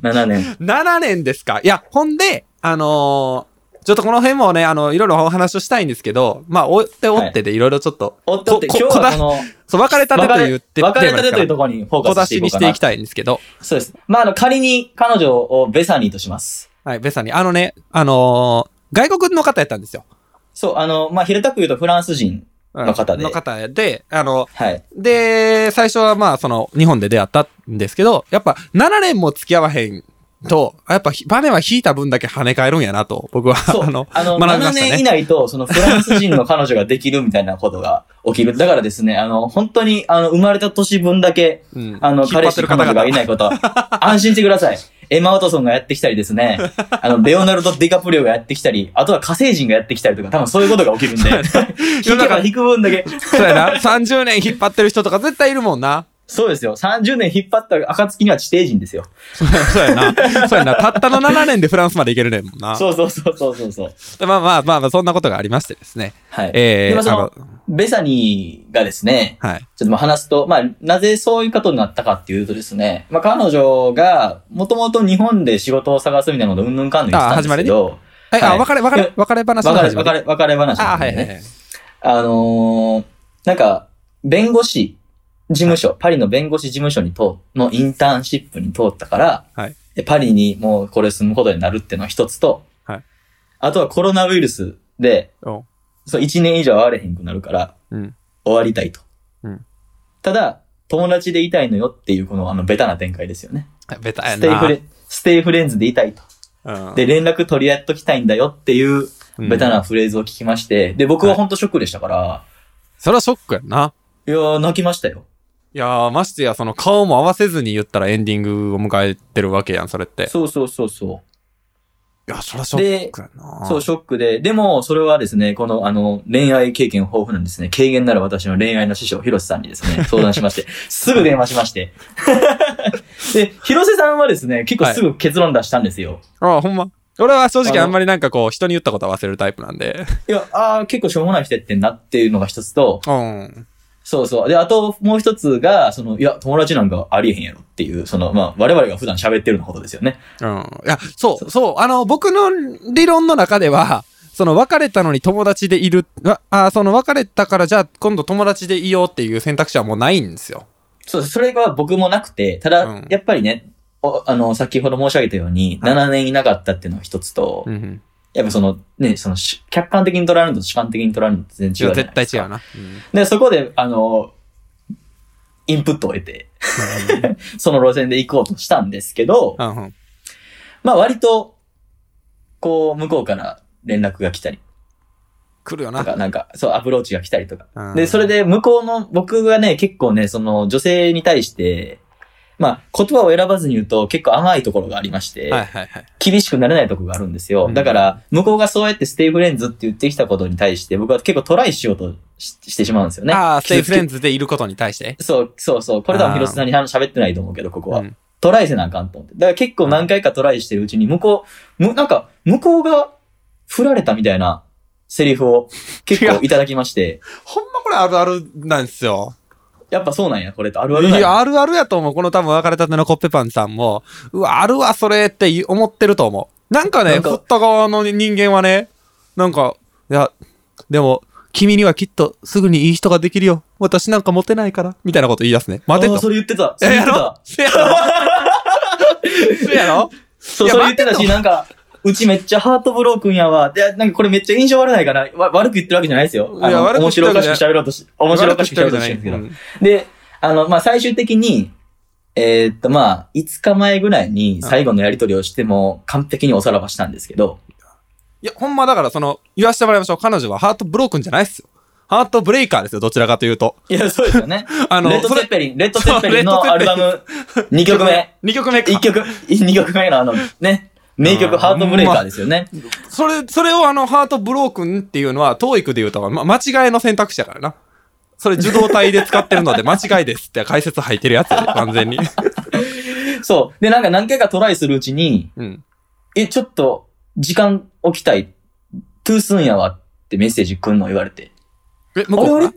[SPEAKER 2] 7年。
[SPEAKER 1] [laughs] 7年ですか。いや、ほんで、あのーちょっとこの辺もね、あの、いろいろお話をしたいんですけど、まあ、追って追ってでいろいろちょっと、
[SPEAKER 2] おっとって、
[SPEAKER 1] ここ
[SPEAKER 2] 今日はこの、
[SPEAKER 1] そう、別れたてと言って、
[SPEAKER 2] 別れたてという
[SPEAKER 1] と
[SPEAKER 2] ところにフォー
[SPEAKER 1] 小
[SPEAKER 2] カ
[SPEAKER 1] 出
[SPEAKER 2] スしてい
[SPEAKER 1] し
[SPEAKER 2] こう
[SPEAKER 1] に
[SPEAKER 2] か
[SPEAKER 1] し
[SPEAKER 2] な
[SPEAKER 1] ていきたいんですけど、
[SPEAKER 2] そうです。まあ、あの、仮に彼女をベサニーとします。
[SPEAKER 1] はい、ベサに、あのね、あのー外国の方やったんですよ。
[SPEAKER 2] そう、あの、まあ、平たく言うとフランス人。
[SPEAKER 1] うん
[SPEAKER 2] の方で
[SPEAKER 1] の方で、あの、 [laughs]
[SPEAKER 2] はい。
[SPEAKER 1] で、最初はまあ、その、日本で出会ったんですけど、やっぱ、7年も付き合わへんと、やっぱ、バネは引いた分だけ跳ね返るんやなと、僕は、
[SPEAKER 2] そう。
[SPEAKER 1] あ
[SPEAKER 2] あ
[SPEAKER 1] の、、
[SPEAKER 2] の
[SPEAKER 1] 学び
[SPEAKER 2] 7
[SPEAKER 1] ましたね
[SPEAKER 2] 年以内と、そのフランス人の彼女ができるみたいなことが起きる。だからですね、あの、本当に、あの、生まれた年分だけ、
[SPEAKER 1] うん
[SPEAKER 2] あの、
[SPEAKER 1] 引っ張
[SPEAKER 2] 彼
[SPEAKER 1] って
[SPEAKER 2] 氏
[SPEAKER 1] る
[SPEAKER 2] 彼
[SPEAKER 1] 方
[SPEAKER 2] 女が
[SPEAKER 1] 々
[SPEAKER 2] いないこと、 [laughs] 安心してください。エマ・ワトソンがやってきたりで
[SPEAKER 1] [laughs]
[SPEAKER 2] すね、あの、レオナルド・ディカプリオがやってきたり、あとは火星人がやってきたりとか、多分そういうことが起きるんで、 [laughs] 引けば引く分だけ、
[SPEAKER 1] そうやな。30年引っ張ってる人とか絶対いるもんな。 [laughs]
[SPEAKER 2] そうですよ。30年引っ張った暁には地底人ですよ。
[SPEAKER 1] そうやな。そうやな。たったの7年でフランスまで行けるねんもんな。
[SPEAKER 2] そうそうそうそうそうそう。
[SPEAKER 1] まあまあまあまあ、そんなことがありましてですね。
[SPEAKER 2] はい。
[SPEAKER 1] え
[SPEAKER 2] で
[SPEAKER 1] え
[SPEAKER 2] まあそ
[SPEAKER 1] あ
[SPEAKER 2] の、ベサニーがですね、
[SPEAKER 1] はい。
[SPEAKER 2] ちょっとまあ話すと、まあ、なぜそういうことになったかっていうとですね、まあ彼女が、もともと日本で仕事を探すみたいなことうんぬんかんぬん言ってたんですけど、
[SPEAKER 1] え、
[SPEAKER 2] は
[SPEAKER 1] あ、
[SPEAKER 2] い
[SPEAKER 1] 別れ、別
[SPEAKER 2] いや
[SPEAKER 1] れ、別れ話の
[SPEAKER 2] 別れ、
[SPEAKER 1] 話まで
[SPEAKER 2] 別れ、別れ話、ね。
[SPEAKER 1] あ、はいはいはい。
[SPEAKER 2] あのーなんか、弁護士事務所、パリの弁護士事務所にと、のインターンシップに通ったから、
[SPEAKER 1] はい
[SPEAKER 2] でパリにもうこれ住むことになるっていうのは一つと、
[SPEAKER 1] はい
[SPEAKER 2] あとはコロナウイルスで、
[SPEAKER 1] お
[SPEAKER 2] そう1年以上会われへんくなるから、
[SPEAKER 1] うん。
[SPEAKER 2] 終わりたいと。
[SPEAKER 1] うん
[SPEAKER 2] ただ、友達でいたいのよっていうこのあのベタな展開ですよね。
[SPEAKER 1] ベタや
[SPEAKER 2] ス
[SPEAKER 1] な。
[SPEAKER 2] テイフレ、ステイフレンズでいたいと。
[SPEAKER 1] うん
[SPEAKER 2] で、連絡取り合っときたいんだよっていう
[SPEAKER 1] うん
[SPEAKER 2] ベタなフレーズを聞きまして、で、僕は本当ショックでしたから、
[SPEAKER 1] それはショックやんな。
[SPEAKER 2] い、やー泣きましたよ。
[SPEAKER 1] いやー、ましてや、その顔も合わせずに言ったらエンディングを迎えてるわけやん、それって。い
[SPEAKER 2] そうそうそうそ
[SPEAKER 1] や、それはシ
[SPEAKER 2] う。
[SPEAKER 1] ョッ
[SPEAKER 2] で、
[SPEAKER 1] クやな。
[SPEAKER 2] そう、ショックで。でも、それはですね、この、あの、恋愛経験豊富なんですね、軽減なら私の恋愛の師匠、広瀬さんにです
[SPEAKER 1] [laughs]
[SPEAKER 2] ね、相談しまして、すぐ電話しまして。で、広瀬さんはですね、結構すぐ結論出したんですよ。
[SPEAKER 1] あ、ほんま。俺は正直
[SPEAKER 2] あの
[SPEAKER 1] あんまりなんかこう、人に言ったことは忘れるタイプなんで。
[SPEAKER 2] いや、ああ、結構しょうもない人やってんなっていうのが一つと、
[SPEAKER 1] うん。
[SPEAKER 2] そうそう。で、あともう一つが、その、いや、友達なんかありえへんやろっていう、その、まあ、我々が普段喋ってるようなことですよね。
[SPEAKER 1] うん。いや、そう、そう、あの、僕の理論の中では、その別れたのに友達でいる、ああ、その別れたからじゃあ今度友達でいようっていう選択肢はもうないんですよ。
[SPEAKER 2] そう、それが僕もなくて、ただ、
[SPEAKER 1] うん
[SPEAKER 2] やっぱりね、おあの、先ほど申し上げたように、
[SPEAKER 1] はい
[SPEAKER 2] 7年いなかったっていうのが一つと、
[SPEAKER 1] うん。
[SPEAKER 2] やっぱその、ね、そのし、客観的に捉えるのと主観的に捉えるのと全然違うじゃ
[SPEAKER 1] 絶
[SPEAKER 2] ないで
[SPEAKER 1] 対
[SPEAKER 2] すか。
[SPEAKER 1] 違うな。
[SPEAKER 2] で、そこで、あの、インプットを得て、その路線で行こうとしたんですけど、
[SPEAKER 1] うん。うん。
[SPEAKER 2] まあ割と、こう、向こうから連絡が来たり
[SPEAKER 1] 来るよ
[SPEAKER 2] と
[SPEAKER 1] な。
[SPEAKER 2] か、なんか、そう、アプローチが来たりとか。
[SPEAKER 1] うん
[SPEAKER 2] で、それ、で向こうの、僕がね、結構ね、その女性に対して、まあ、言葉を選ばずに言うと結構甘いところがありまして、
[SPEAKER 1] はいはいはい。
[SPEAKER 2] 厳しくなれないところがあるんですよ。
[SPEAKER 1] うん
[SPEAKER 2] だから、向こうがそうやってステイフレンズって言ってきたことに対して、僕は結構トライしようとししてしまうんですよね。
[SPEAKER 1] ああ、ステイフレン
[SPEAKER 2] ズ。
[SPEAKER 1] ズでいることに対して。
[SPEAKER 2] そう、そうそう。これ多分広瀬さんに話喋ってないと思うけど、ここは。
[SPEAKER 1] うん
[SPEAKER 2] トライせなあかんと思って。だから結構何回かトライしてるうちに、向こう、む、なんか、向こうが振られたみたいなセリフを結構いただきまして、
[SPEAKER 1] ほんまこれあるあるなんですよ。
[SPEAKER 2] やっぱそうなんや、これってあるある
[SPEAKER 1] い
[SPEAKER 2] なん
[SPEAKER 1] や、あるあるやと思う。この多分別れたてのコッペパンさんも、うわ、あるわ、それって言う思ってると思う。なんかね、
[SPEAKER 2] なんか
[SPEAKER 1] 振った側の人間はね、なんか、いや、でも、君にはきっとすぐにいい人ができるよ。私なんかモテないから。みたいなこと言い出すね。待て
[SPEAKER 2] あー
[SPEAKER 1] と。
[SPEAKER 2] それ言ってた。そ
[SPEAKER 1] え
[SPEAKER 2] れ言
[SPEAKER 1] や
[SPEAKER 2] って
[SPEAKER 1] ろ
[SPEAKER 2] た。
[SPEAKER 1] せやろせやろ
[SPEAKER 2] そ
[SPEAKER 1] い
[SPEAKER 2] う、
[SPEAKER 1] や
[SPEAKER 2] それ言ってた
[SPEAKER 1] 待
[SPEAKER 2] し、なんか、うちめっちゃハートブロークンやわ。で、なんかこれめっちゃ印象悪ないから、わ悪く言ってるわけじゃないですよ。あ
[SPEAKER 1] いや
[SPEAKER 2] の
[SPEAKER 1] 悪く言
[SPEAKER 2] 面
[SPEAKER 1] ってる
[SPEAKER 2] 白お
[SPEAKER 1] わけ
[SPEAKER 2] か
[SPEAKER 1] じ
[SPEAKER 2] し
[SPEAKER 1] ゃ
[SPEAKER 2] く喋ろうとし、面白おかしく喋ろうとしてるんですけど。で、あの、まあ、最終的に、えーっと、まあ、5日前ぐらいに最後のやりとりをしても完璧におさらばしたんですけど、
[SPEAKER 1] いや、ほんまだから、その、言わせてもらいましょう。彼女はハートブロークンじゃないっすよ。ハートブレイカーですよ、どちらかというと。
[SPEAKER 2] いや、そうですよ [laughs] ね。
[SPEAKER 1] あの
[SPEAKER 2] レッ、ド・
[SPEAKER 1] そ
[SPEAKER 2] ツェ
[SPEAKER 1] れ、
[SPEAKER 2] ッペリン、レッド・ツェッペリン
[SPEAKER 1] そ
[SPEAKER 2] の
[SPEAKER 1] う
[SPEAKER 2] アルバム2曲 [laughs] 目、
[SPEAKER 1] 2曲目か。
[SPEAKER 2] 1曲、2曲目のあの、ね、名曲、
[SPEAKER 1] うん
[SPEAKER 2] ハートブレイカーですよね。
[SPEAKER 1] それ、それをあの、ハートブロークンっていうのは、トーイクで言うと、ま、間違いの選択肢だからな。それ受動体で使ってるの
[SPEAKER 2] [laughs]
[SPEAKER 1] で、間違いですって解説入ってるやつやで、完全に。
[SPEAKER 2] そう。で、なんか何回かトライするうちに、
[SPEAKER 1] うん。
[SPEAKER 2] え、ちょっと、時間置きたい。トゥースンやわってメッセージくんの言われて。
[SPEAKER 1] え、向こう
[SPEAKER 2] あれあ
[SPEAKER 1] か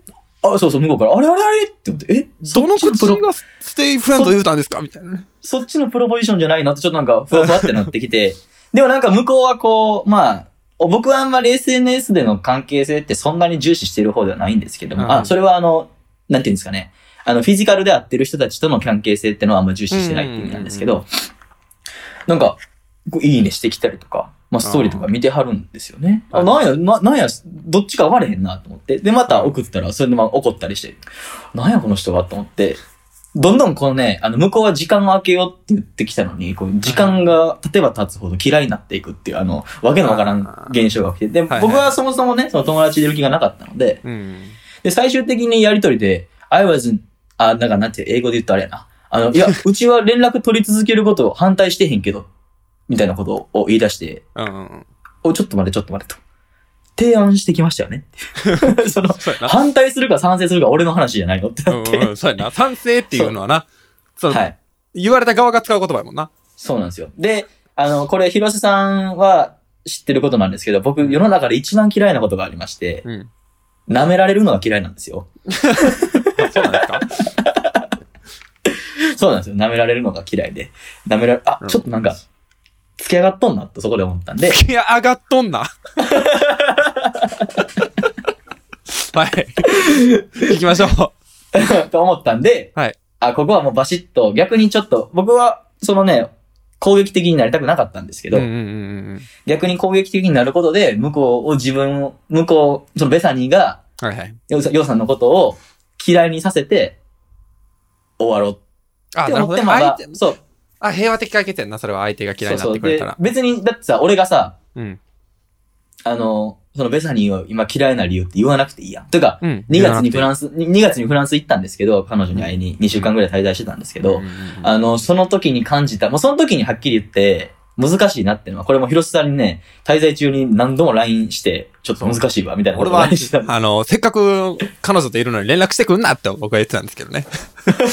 [SPEAKER 2] れあ、そうそう、向こうから、あれあれあれって思って、え
[SPEAKER 1] どの
[SPEAKER 2] そっち
[SPEAKER 1] 口
[SPEAKER 2] プロ
[SPEAKER 1] がステイフレンド言うたんですかみたいなね。
[SPEAKER 2] そっちのプロポジションじゃないなって、ちょっとなんか、ふわふわってなってきて。 [laughs] でもなんか向こうはこう、まあ、お僕はあんまり SNS での関係性ってそんなに重視している方ではないんですけども、
[SPEAKER 1] うん
[SPEAKER 2] あ、それはあの、なんていうんですかね。あの、フィジカルで会ってる人たちとの関係性ってのはあんま重視してないって意味なんですけど、なんか、こういいねしてきたりとか、まあ、ストーリーとか見てはるんですよね。
[SPEAKER 1] うん
[SPEAKER 2] あ、なんや、ななんや、どっちか割れへんなと思って。で、また送ったら、それでまあ怒ったりして、なんやこの人はと思って、どんどんこのね、あの、向こうは時間を空けようって言ってきたのに、こう時間が経てば経つほど嫌いになっていくっていう、あの、わけのわからん現象が起きて、で、
[SPEAKER 1] はいはい
[SPEAKER 2] 僕はそもそもね、その友達でいる気がなかったので、
[SPEAKER 1] うん。
[SPEAKER 2] で、最終的にやりとりで、I was, あ、なんかなんていう、英語で言うとあれやな。あの、
[SPEAKER 1] [laughs]
[SPEAKER 2] いや、うちは連絡取り続けることを反対してへんけど、みたいなことを言い出して、
[SPEAKER 1] うん。
[SPEAKER 2] お、ちょっと待って、ちょっと待ってと。提案してきましたよね。
[SPEAKER 1] [laughs]
[SPEAKER 2] その、
[SPEAKER 1] そうやな。
[SPEAKER 2] 反対するか賛成するか俺の話じゃないのって
[SPEAKER 1] う
[SPEAKER 2] なっ
[SPEAKER 1] ん
[SPEAKER 2] て。
[SPEAKER 1] うん、そうや
[SPEAKER 2] [laughs]
[SPEAKER 1] な。賛成っていうのはな、そう、
[SPEAKER 2] はい。
[SPEAKER 1] 言われた側が使う言葉やもんな。
[SPEAKER 2] そうなんですよ。で、あの、これ、広瀬さんは知ってることなんですけど、僕、世の中で一番嫌いなことがありまして、
[SPEAKER 1] うん。
[SPEAKER 2] 舐められるのが嫌いなんですよ。
[SPEAKER 1] あそうなんです
[SPEAKER 2] [laughs]
[SPEAKER 1] か
[SPEAKER 2] そうなんですよ。舐められるのが嫌いで。舐められ、あ
[SPEAKER 1] う、ん
[SPEAKER 2] ちょっとなんか、付き上がっとんなとそこで思ったんで、 [laughs]
[SPEAKER 1] いや、上がっとんな。はい。行きましょう。
[SPEAKER 2] と思ったんで、
[SPEAKER 1] はい
[SPEAKER 2] あ、ここはもうバシッと、逆にちょっと、僕は、そのね、攻撃的になりたくなかったんですけど、
[SPEAKER 1] うんうんうんうん。
[SPEAKER 2] 逆に攻撃的になることで、向こうを自分を、向こう、そのベサニーが、
[SPEAKER 1] はいはい。
[SPEAKER 2] ヨウさんヨウさんのことを嫌いにさせて、終わろう
[SPEAKER 1] あ、
[SPEAKER 2] って
[SPEAKER 1] なるほ
[SPEAKER 2] 思っ
[SPEAKER 1] ど
[SPEAKER 2] て
[SPEAKER 1] ね。
[SPEAKER 2] も、ま
[SPEAKER 1] 相
[SPEAKER 2] あ
[SPEAKER 1] 手、
[SPEAKER 2] そう、
[SPEAKER 1] あ、平和的解決やんな、それは相手が嫌いになってくれたら
[SPEAKER 2] そうそう。で別に、だってさ、俺がさ、
[SPEAKER 1] うん。
[SPEAKER 2] あの、そのベサニーを今嫌いな理由って言わなくていいやん。というか、
[SPEAKER 1] うん。
[SPEAKER 2] 2月にフ
[SPEAKER 1] ン
[SPEAKER 2] ランス、2月にフランス行ったんですけど、彼女に会いに2週間ぐらい滞在してたんですけ
[SPEAKER 1] ス
[SPEAKER 2] ど、
[SPEAKER 1] あ
[SPEAKER 2] あの、その時に感じた、もうその時にはっきり言って、難しいなっていうのは、これも広瀬さんにね、滞在中に何度も LINE して、ちょっと難しいわ、みたいなこ
[SPEAKER 1] 俺
[SPEAKER 2] とを
[SPEAKER 1] は
[SPEAKER 2] LINE したんで、
[SPEAKER 1] あの、せっかく彼女といるのに連絡してくんなって僕は言ってたんですけどね。 [laughs]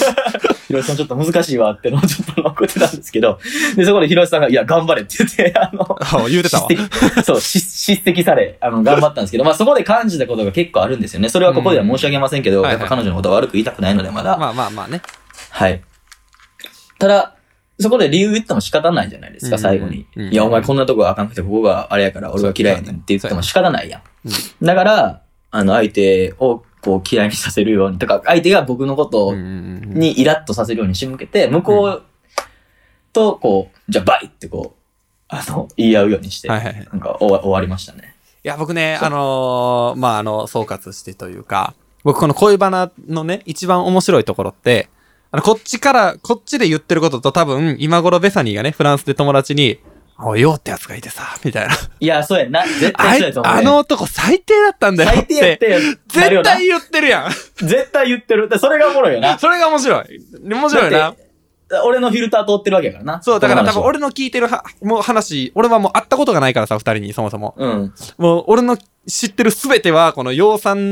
[SPEAKER 2] 広瀬さんちょっと難しいわってのをちょっと送ってたんですけど、で、そこで広瀬さんが、いや、頑張れって言って、あの、
[SPEAKER 1] あ言うてたわ。
[SPEAKER 2] 叱責そう、叱 [laughs] 叱責され、あの、頑張ったんですけど、まあそこで感じたことが結構あるんですよね。それはここでは申し上げませんけど、
[SPEAKER 1] うんはい
[SPEAKER 2] や
[SPEAKER 1] はい
[SPEAKER 2] っぱ彼女のことは悪く言いたくないので、まだ。
[SPEAKER 1] まあまあまあね。
[SPEAKER 2] はい。ただ、そこで理由言っても仕方ないじゃないですか、
[SPEAKER 1] うん
[SPEAKER 2] 最後に。
[SPEAKER 1] うん
[SPEAKER 2] いや、お前こんなとこがあかんくて、ここがあれやから、俺が嫌いやねんって言っても仕方ないやん。だから、あの、相手をこう嫌いにさせるように、とか、相手が僕のことを
[SPEAKER 1] うんうんうん
[SPEAKER 2] にイラッとさせるように仕向けて、向こうとこう、じゃあバイってこう、あの、言い合うようにして、
[SPEAKER 1] は
[SPEAKER 2] ない
[SPEAKER 1] はいはい。い
[SPEAKER 2] んか終わ終わりましたね。
[SPEAKER 1] や、僕ね、あのーまああの、総括してというか、僕この恋バナのね、一番面白いところって、あの、こっちから、こっちで言ってることと多分、今頃ベサニーがね、フランスで友達に、おいよってやつがいてさ、みたいな。
[SPEAKER 2] いや、そうやんな。絶
[SPEAKER 1] あ
[SPEAKER 2] 対そう
[SPEAKER 1] い
[SPEAKER 2] やと思う、ね。
[SPEAKER 1] あの、男最低だったんだよっ。
[SPEAKER 2] 最低やってて、なるよ
[SPEAKER 1] 絶
[SPEAKER 2] な
[SPEAKER 1] 対言ってるやん。
[SPEAKER 2] 絶対言ってる。でそれがおもろいよな。
[SPEAKER 1] それが面白い。面白い
[SPEAKER 2] だ
[SPEAKER 1] な
[SPEAKER 2] っ。俺のフィルター通ってるわけやからな。
[SPEAKER 1] そう、だから多
[SPEAKER 2] この話
[SPEAKER 1] 分
[SPEAKER 2] は。
[SPEAKER 1] 俺の聞いてるはもう話、俺はもう会ったことがないからさ、二人にそもそも。
[SPEAKER 2] うん。
[SPEAKER 1] もう俺の知ってるすべては、この養酸フ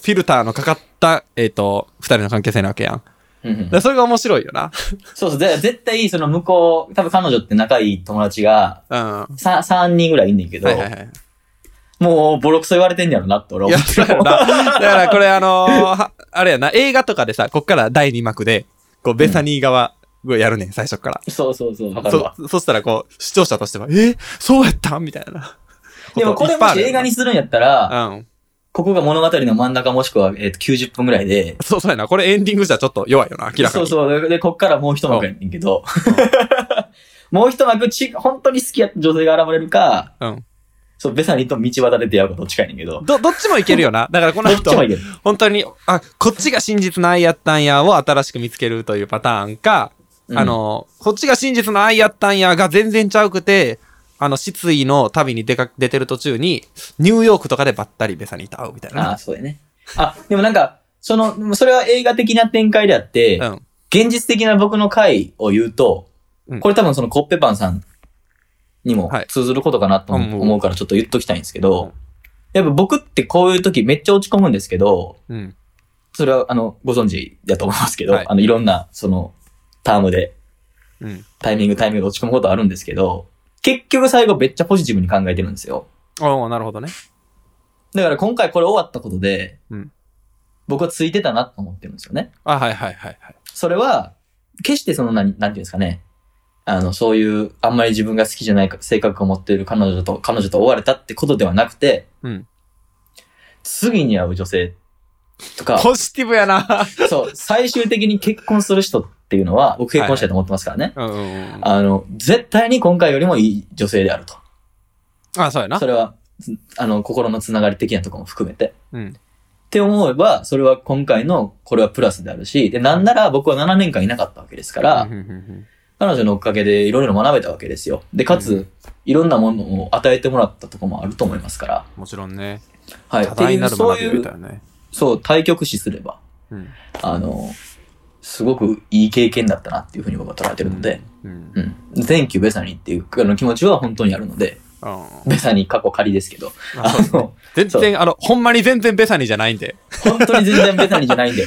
[SPEAKER 1] ィルターのかかった、えっ、と、二人の関係性なわけやん。だか
[SPEAKER 2] うんうん
[SPEAKER 1] らそれが面白いよな。
[SPEAKER 2] そうそう。で絶対、その向こう、多分彼女って仲いい友達が、
[SPEAKER 1] うん。は
[SPEAKER 2] さ3人ぐらいいんねんけ
[SPEAKER 1] い
[SPEAKER 2] ど、
[SPEAKER 1] はいはい。
[SPEAKER 2] もうボロクソ言われてんねやろなって俺
[SPEAKER 1] いや、
[SPEAKER 2] 思って
[SPEAKER 1] そう
[SPEAKER 2] る
[SPEAKER 1] やな。だからこれあのーはあれやな、映画とかでさ、こっから第2幕で、こう、ベサニー側をやるねん、最初から。
[SPEAKER 2] [laughs] そうそうそう、わかるわ。
[SPEAKER 1] そ、そしたらこう、視聴者としては、えそうやったみたいな。
[SPEAKER 2] でもこれもし映画にするんやったら、
[SPEAKER 1] うん。
[SPEAKER 2] ここが物語の真ん中もしくは、えーと90分ぐらいで、
[SPEAKER 1] そうそうやな。これエンディングじゃちょっと弱いよな、明らか
[SPEAKER 2] そ
[SPEAKER 1] に。
[SPEAKER 2] うそう。で、こっからもう一幕やねんけど、 [laughs] もう一幕ち、本当に好きやった女性が現れるか、
[SPEAKER 1] うん。
[SPEAKER 2] そう、ベサニーと道端で出会うこと近いねんけど、
[SPEAKER 1] ど、どっちもいけるよな。だからこの
[SPEAKER 2] どっ
[SPEAKER 1] 後
[SPEAKER 2] ちも、いける。
[SPEAKER 1] 本当に、あ、こっちが真実の愛やったんやを新しく見つけるというパターンか、
[SPEAKER 2] うん
[SPEAKER 1] あの、こっちが真実の愛やったんやが全然ちゃうくて、あの、失意の旅に出か、出てる途中に、ニューヨークとかでばったりベサニーと会うみたい
[SPEAKER 2] あ
[SPEAKER 1] な。
[SPEAKER 2] あ、そうだね。あ、でもなんか、その、それは映画的な展開であって、
[SPEAKER 1] うん。
[SPEAKER 2] 現実的な僕の回を言うと
[SPEAKER 1] うん、
[SPEAKER 2] これ多分そのコッペパンさんにも
[SPEAKER 1] はい
[SPEAKER 2] 通ずることかなと
[SPEAKER 1] あもう
[SPEAKER 2] 思思うからちょっと言っときたいんですけど、
[SPEAKER 1] うん
[SPEAKER 2] やっぱ僕ってこういう時めっちゃ落ち込むんですけど、
[SPEAKER 1] うん。
[SPEAKER 2] それはあの、ご存知だと思いますけど、
[SPEAKER 1] はい
[SPEAKER 2] あの、いろんなそのタームで
[SPEAKER 1] うん。
[SPEAKER 2] タイミングタイミングで落ち込むことあるんですけど、結局最後めっちゃポジティブに考えてるんですよ。
[SPEAKER 1] おーなるほどね。
[SPEAKER 2] だから今回これ終わったことで、
[SPEAKER 1] うん
[SPEAKER 2] 僕はついてたなと思ってるんですよね。
[SPEAKER 1] あ、はいはいはいはい。
[SPEAKER 2] それは、決してその何、なんていうんですかね。あの、そういう、あんまり自分が好きじゃないか性格を持っている彼女と、彼女と追われたってことではなくて、
[SPEAKER 1] うん。
[SPEAKER 2] 次に会う女性とか、
[SPEAKER 1] ポジティブやな。
[SPEAKER 2] そう、最終的に結婚する人っていうのは、僕結婚したいと思ってますからね。
[SPEAKER 1] うんうんうん。
[SPEAKER 2] あの、絶対に今回よりもいい女性であると。
[SPEAKER 1] あ、そうやな
[SPEAKER 2] そ。れは、つあの、心のつながり的なところも含めて。
[SPEAKER 1] うん。
[SPEAKER 2] って思えば、それは今回の、これはプラスであるし、で、なんなら僕は7年間いなかったわけですから、
[SPEAKER 1] うんうんうん
[SPEAKER 2] 彼女のおかげでいろいろ学べたわけですよ。で、かつ、
[SPEAKER 1] う
[SPEAKER 2] いろんなものを与えてもらったとこもあると思いますから。
[SPEAKER 1] もちろんね。
[SPEAKER 2] はい。
[SPEAKER 1] 多大なる学
[SPEAKER 2] って
[SPEAKER 1] びを得
[SPEAKER 2] いうそうい
[SPEAKER 1] た
[SPEAKER 2] う、
[SPEAKER 1] よね。
[SPEAKER 2] そう、対局視すれば、
[SPEAKER 1] うん。
[SPEAKER 2] あの、すごくいい経験だったなっていうふうに僕は捉えてるので、
[SPEAKER 1] うん。
[SPEAKER 2] うん。Thank you, ベサニーっていうあの気持ちは本当にあるので、
[SPEAKER 1] うん。
[SPEAKER 2] ベサニー過去仮ですけど、
[SPEAKER 1] あ
[SPEAKER 2] あ
[SPEAKER 1] そうですね全
[SPEAKER 2] の、
[SPEAKER 1] 然、あの、ほんまに全然ベサニーじゃないんで。
[SPEAKER 2] 本当に全然ベサニーじゃないんで、
[SPEAKER 1] い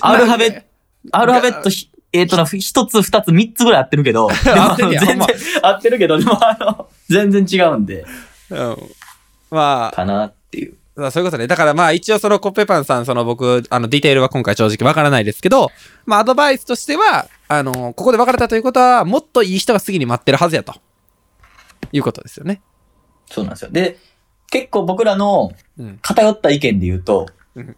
[SPEAKER 2] [laughs] アルファベット、アルファベットひ、えっ、とな、ふ一つ、二つ、三つぐらい合ってるけど、
[SPEAKER 1] 合ってる
[SPEAKER 2] で
[SPEAKER 1] や
[SPEAKER 2] も
[SPEAKER 1] ん
[SPEAKER 2] 全然合ってるけど、でもあの、全然違うんで、
[SPEAKER 1] うん。ま
[SPEAKER 2] かなっていう。
[SPEAKER 1] あ、そういうことね。だからまあ一応そのコッペパンさん、その僕、あの、ディテールは今回正直わからないですけど、まあアドバイスとしては、あの、ここで別れたということは、もっといい人が次に待ってるはずやと。いうことですよね。
[SPEAKER 2] そうなんですよ。で、結構僕らの
[SPEAKER 1] うん。
[SPEAKER 2] 偏った意見で言うと
[SPEAKER 1] うん、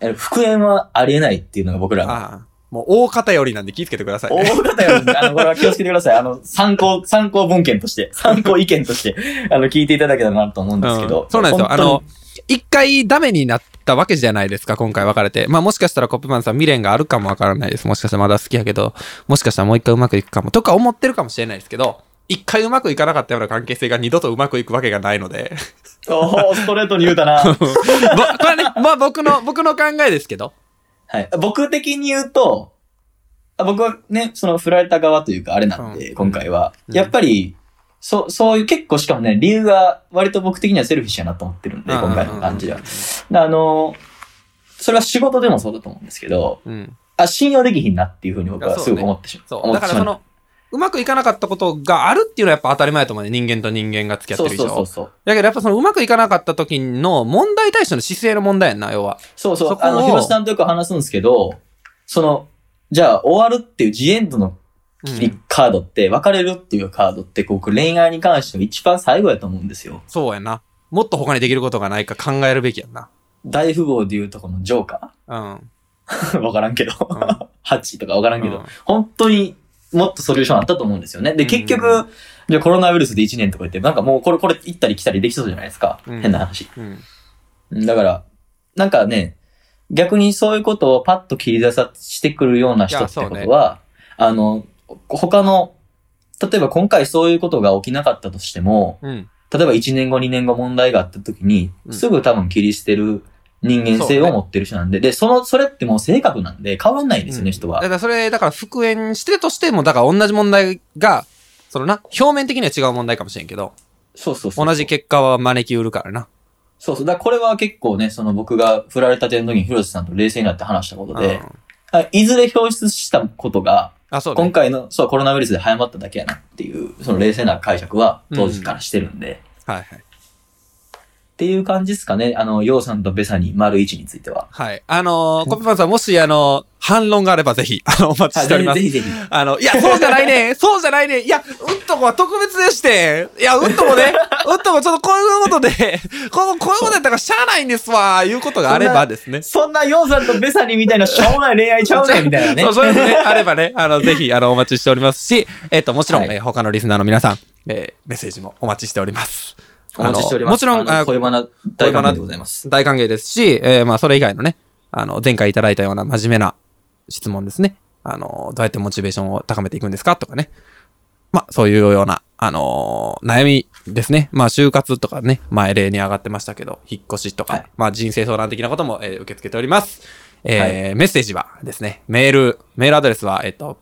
[SPEAKER 2] え復縁はありえないっていうのが僕らの。
[SPEAKER 1] ああ。もう大偏りなんで気をつけてください
[SPEAKER 2] 大
[SPEAKER 1] ね。
[SPEAKER 2] 方より、
[SPEAKER 1] [laughs]
[SPEAKER 2] あの、これは気をつけてください。あの、参考、参考文献として、参考意見として、あの、聞いていただけたらなと思うんですけど。
[SPEAKER 1] うんそうなんですよ。あ
[SPEAKER 2] 本当に
[SPEAKER 1] の、、一回ダメになったわけじゃないですか、今回別れて。まあもしかしたらコッペパンさん未練があるかもわからないです。もしかしたらまだ好きやけど、もしかしたらもう一回うまくいくかも。とか思ってるかもしれないですけど、一回うまくいかなかったような関係性が二度とうまくいくわけがないので。 [laughs]
[SPEAKER 2] おーストレートに言うたな。
[SPEAKER 1] ぼこれはね、まあ僕の、僕の考えですけど。
[SPEAKER 2] はい。僕的に言うと、あ僕はね、その振られた側というか、あれなんで、今回は、
[SPEAKER 1] うん
[SPEAKER 2] やっぱり、そ、そういう結構しかもね、理由が割と僕的にはセルフィッシュやなと思ってるんで、
[SPEAKER 1] うんうんうん
[SPEAKER 2] 今回の感じでは。あの、それは仕事でもそうだと思うんですけど、
[SPEAKER 1] うん。
[SPEAKER 2] あ、信用できひんなっていうふうに僕
[SPEAKER 1] い
[SPEAKER 2] は
[SPEAKER 1] や
[SPEAKER 2] す
[SPEAKER 1] そうね
[SPEAKER 2] ごく思ってしまう。
[SPEAKER 1] そう。
[SPEAKER 2] 思っ
[SPEAKER 1] だ
[SPEAKER 2] て
[SPEAKER 1] か
[SPEAKER 2] し
[SPEAKER 1] ら
[SPEAKER 2] ま
[SPEAKER 1] その、うまくいかなかったことがあるっていうのはやっぱ当たり前だと思うね。人間と人間が付き合
[SPEAKER 2] そ
[SPEAKER 1] っ
[SPEAKER 2] う
[SPEAKER 1] てる以
[SPEAKER 2] そうそう
[SPEAKER 1] 上。
[SPEAKER 2] そう。
[SPEAKER 1] だけどやっぱそのうまくいかなかった時の問題に対しての姿勢の問題やんな、要は。
[SPEAKER 2] そうそう。
[SPEAKER 1] そこを
[SPEAKER 2] あの、広瀬さんとよく話すんですけど、その、じゃあ終わるっていうジエンドの
[SPEAKER 1] う
[SPEAKER 2] 切り
[SPEAKER 1] ん、
[SPEAKER 2] カードって、別れるっていうカードって、僕恋愛に関しての一番最後やと思うんですよ。
[SPEAKER 1] そうやな。もっと他にできることがないか考えるべきやんな。
[SPEAKER 2] 大富豪でいうとこのジョーカ
[SPEAKER 1] うん。
[SPEAKER 2] ー [laughs] わからんけど。
[SPEAKER 1] うん
[SPEAKER 2] ハッチとかわからんけど、
[SPEAKER 1] うん
[SPEAKER 2] 本当にもっとソリューションあったと思うんですよね。で、
[SPEAKER 1] うん
[SPEAKER 2] 結局、じゃあコロナウイルスで1年とか言って、なんかもうこれ、これ行ったり来たりできそうじゃないですか。
[SPEAKER 1] うん
[SPEAKER 2] 変な話。
[SPEAKER 1] うん。
[SPEAKER 2] だから、なんかね、逆にそういうことをパッと切り出さしてくるような人ってこと
[SPEAKER 1] いや
[SPEAKER 2] は、あの、他の、例えば今回そういうことが起きなかったとしても、
[SPEAKER 1] うん。
[SPEAKER 2] 例えば1年後2年後問題があった時に、
[SPEAKER 1] うん
[SPEAKER 2] すぐ多分切り捨てる人間性を持ってる人なんで、で、その、それってもう性格なんで変わんないんですよね、人は
[SPEAKER 1] だ。からそれ、だから復縁してとしても、だから同じ問題が、そのな、表面的には違う問題かもしれんけど、
[SPEAKER 2] そうそうそう。
[SPEAKER 1] 同じ結果は招きうるからな。
[SPEAKER 2] そうそう。だからこれは結構ね、その僕が振られたての時に広瀬さんと冷静になって話したこと
[SPEAKER 1] う
[SPEAKER 2] で、
[SPEAKER 1] ん
[SPEAKER 2] あいずれ表出したことが、
[SPEAKER 1] あ、そうね
[SPEAKER 2] 今回の、そう、コロナウイルスで早まっただけやなっていう、その冷静な解釈は当時からしてるんで、っ
[SPEAKER 1] はいはい。
[SPEAKER 2] ていう感じですかね。あの、ヨウさんとベサに丸一については。
[SPEAKER 1] はい。あのーコピパンさん、もし、あのー反論があればぜひ、あの、お待ちしておりま
[SPEAKER 2] ぜ
[SPEAKER 1] す。
[SPEAKER 2] ひぜひ。
[SPEAKER 1] あの、いや、そうじゃないね。そうじゃないね。いや、うんとこは特別でして。いや、うんとこね。うんとこちょっとこういうことで、この、こういうことやったからしゃあないんですわ、いうことがあればですね。
[SPEAKER 2] そんなヨウさんとベサにみたいなしょうもない恋愛ちゃうねんみたいなね
[SPEAKER 1] [laughs] そう、。そういうのね、あればね、あの、ぜひ、あの、お待ちしておりますし、えっ、と、もちろん、
[SPEAKER 2] はい
[SPEAKER 1] えー他のリスナーの皆さん、えーメッセージもお待ちしております。
[SPEAKER 2] お待ちしておりま
[SPEAKER 1] あ
[SPEAKER 2] す。
[SPEAKER 1] のもちろん、
[SPEAKER 2] あ
[SPEAKER 1] あ
[SPEAKER 2] の恋バナ大学でございます。
[SPEAKER 1] 大歓迎ですし、えーまあ、それ以外のね、あの、前回いただいたような真面目な質問ですね。あの、どうやってモチベーションを高めていくんですかとかね。まあ、そういうような、あのー悩みですね。まあ、就活とかね、前例に上がってましたけど、引っ越しとか、
[SPEAKER 2] はい
[SPEAKER 1] まあ、人生相談的なことも、えー受け付けております。えーメッセージはですね、メール、メールアドレスは、えっ、と、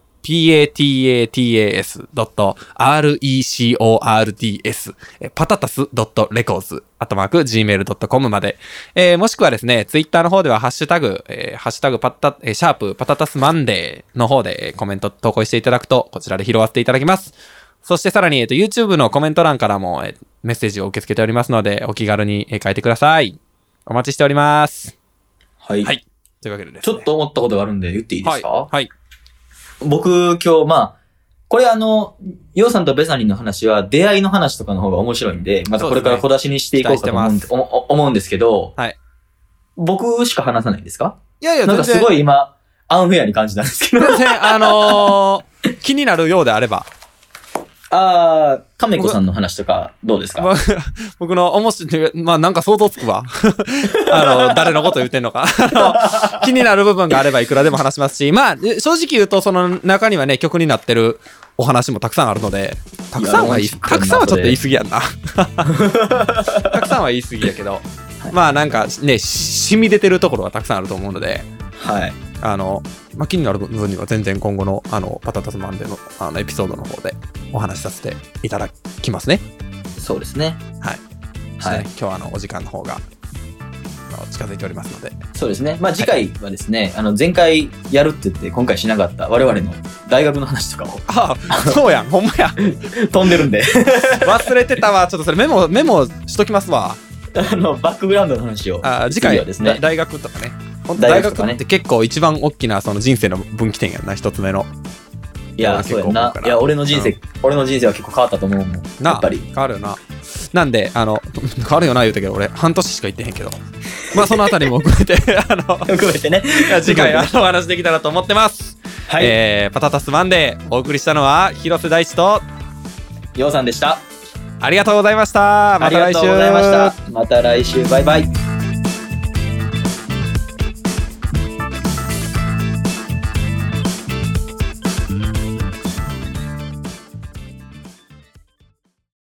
[SPEAKER 1] patatas.records、えー、patatas.records、あとマーク、gmail.com まで、えーもしくはですね、ツイッターの方では、ハッシュタグ、えーハッシュタグパッタ、えーシャープ、パタタスマンデーの方で、えーコメント投稿していただくと、こちらで拾わせていただきます。そしてさらに、えっ、と、YouTube のコメント欄からも、えーメッセージを受け付けておりますので、お気軽に、えー書いてください。お待ちしております。
[SPEAKER 2] はい。
[SPEAKER 1] はい。というわけでです、ね。
[SPEAKER 2] ちょっと思ったことがあるんで言っていいですか、
[SPEAKER 1] はい。はい。
[SPEAKER 2] 僕今日まあ、これあの、ヨウさんとベサニンの話は出会いの話とかの方が面白いんで、またこれから小出しにしていこうかと思うんで
[SPEAKER 1] そ
[SPEAKER 2] おお思うんですけど、
[SPEAKER 1] はい
[SPEAKER 2] 僕しか話さないんですか
[SPEAKER 1] いやいや、
[SPEAKER 2] なん
[SPEAKER 1] 全
[SPEAKER 2] かす
[SPEAKER 1] 然
[SPEAKER 2] ご、い今、アンフェアに感じたんですけ
[SPEAKER 1] [laughs]
[SPEAKER 2] ど。
[SPEAKER 1] 全然、あのー気になるようであれば、 [laughs]
[SPEAKER 2] あー、亀子さんの話とかどうですか
[SPEAKER 1] 僕僕の面白い、まあなんか想像つくわ。 [laughs] あの、誰のこと言ってんのか。 [laughs] あの気になる部分があればいくらでも話しますし、まあ正直言うとその中にはね、曲になってるお話もたくさんあるので、たくさんは言い
[SPEAKER 2] いや
[SPEAKER 1] たくさんはちょっと言い過ぎやんな。たくさんは言い過ぎやけど、まあなんかね、染み出てるところはたくさんあると思うので、
[SPEAKER 2] はい。
[SPEAKER 1] あの、まあ、気になる部分には全然今後の、あの、パタタスマンデーの、あの、エピソードの方でお話しさせていただきますね。
[SPEAKER 2] そうですね。
[SPEAKER 1] はい。
[SPEAKER 2] はい
[SPEAKER 1] はい。今日は、あの、お時間の方が、あの近づいておりますので。
[SPEAKER 2] そうですね。まあ次回はですね、あの前回やるって言って今回しなかった我々の大学の話とかを
[SPEAKER 1] ああ、そうやん、ほんまや。
[SPEAKER 2] [laughs] 飛んでるんで、
[SPEAKER 1] 忘れてたわ。ちょっとそれメモ、メモしときますわ。
[SPEAKER 2] [laughs] あの、バックグラウンドの話を。
[SPEAKER 1] ああ次回
[SPEAKER 2] はですね
[SPEAKER 1] だ。大学とかね。ほんと大
[SPEAKER 2] 大学とか
[SPEAKER 1] 学
[SPEAKER 2] ね
[SPEAKER 1] って結構一番大きな、その人生の分岐点やんな、一つ目の。
[SPEAKER 2] いや、
[SPEAKER 1] 結
[SPEAKER 2] そ
[SPEAKER 1] 構思
[SPEAKER 2] うやん
[SPEAKER 1] う
[SPEAKER 2] な
[SPEAKER 1] か。ら
[SPEAKER 2] いや、俺の人生、俺の人生は結構変わったと思うもん。
[SPEAKER 1] な
[SPEAKER 2] やっぱり。
[SPEAKER 1] 変
[SPEAKER 2] [laughs]
[SPEAKER 1] わるよな。なんで、あの、変わるよな言うたけど、俺、半年しか行ってへんけど。まあ、そのあたりも含めて、 [laughs] あの、
[SPEAKER 2] 含めてね。
[SPEAKER 1] [laughs] 次回はお話できたらと思ってます。
[SPEAKER 2] はい。よ
[SPEAKER 1] えーパタタスマンデー、お送りしたのは、広瀬大地と、
[SPEAKER 2] うさんでした。
[SPEAKER 1] ありがとうございました。
[SPEAKER 2] あ
[SPEAKER 1] ま
[SPEAKER 2] り
[SPEAKER 1] た
[SPEAKER 2] が
[SPEAKER 1] 来週。
[SPEAKER 2] とうございました。また来週。バイバイ。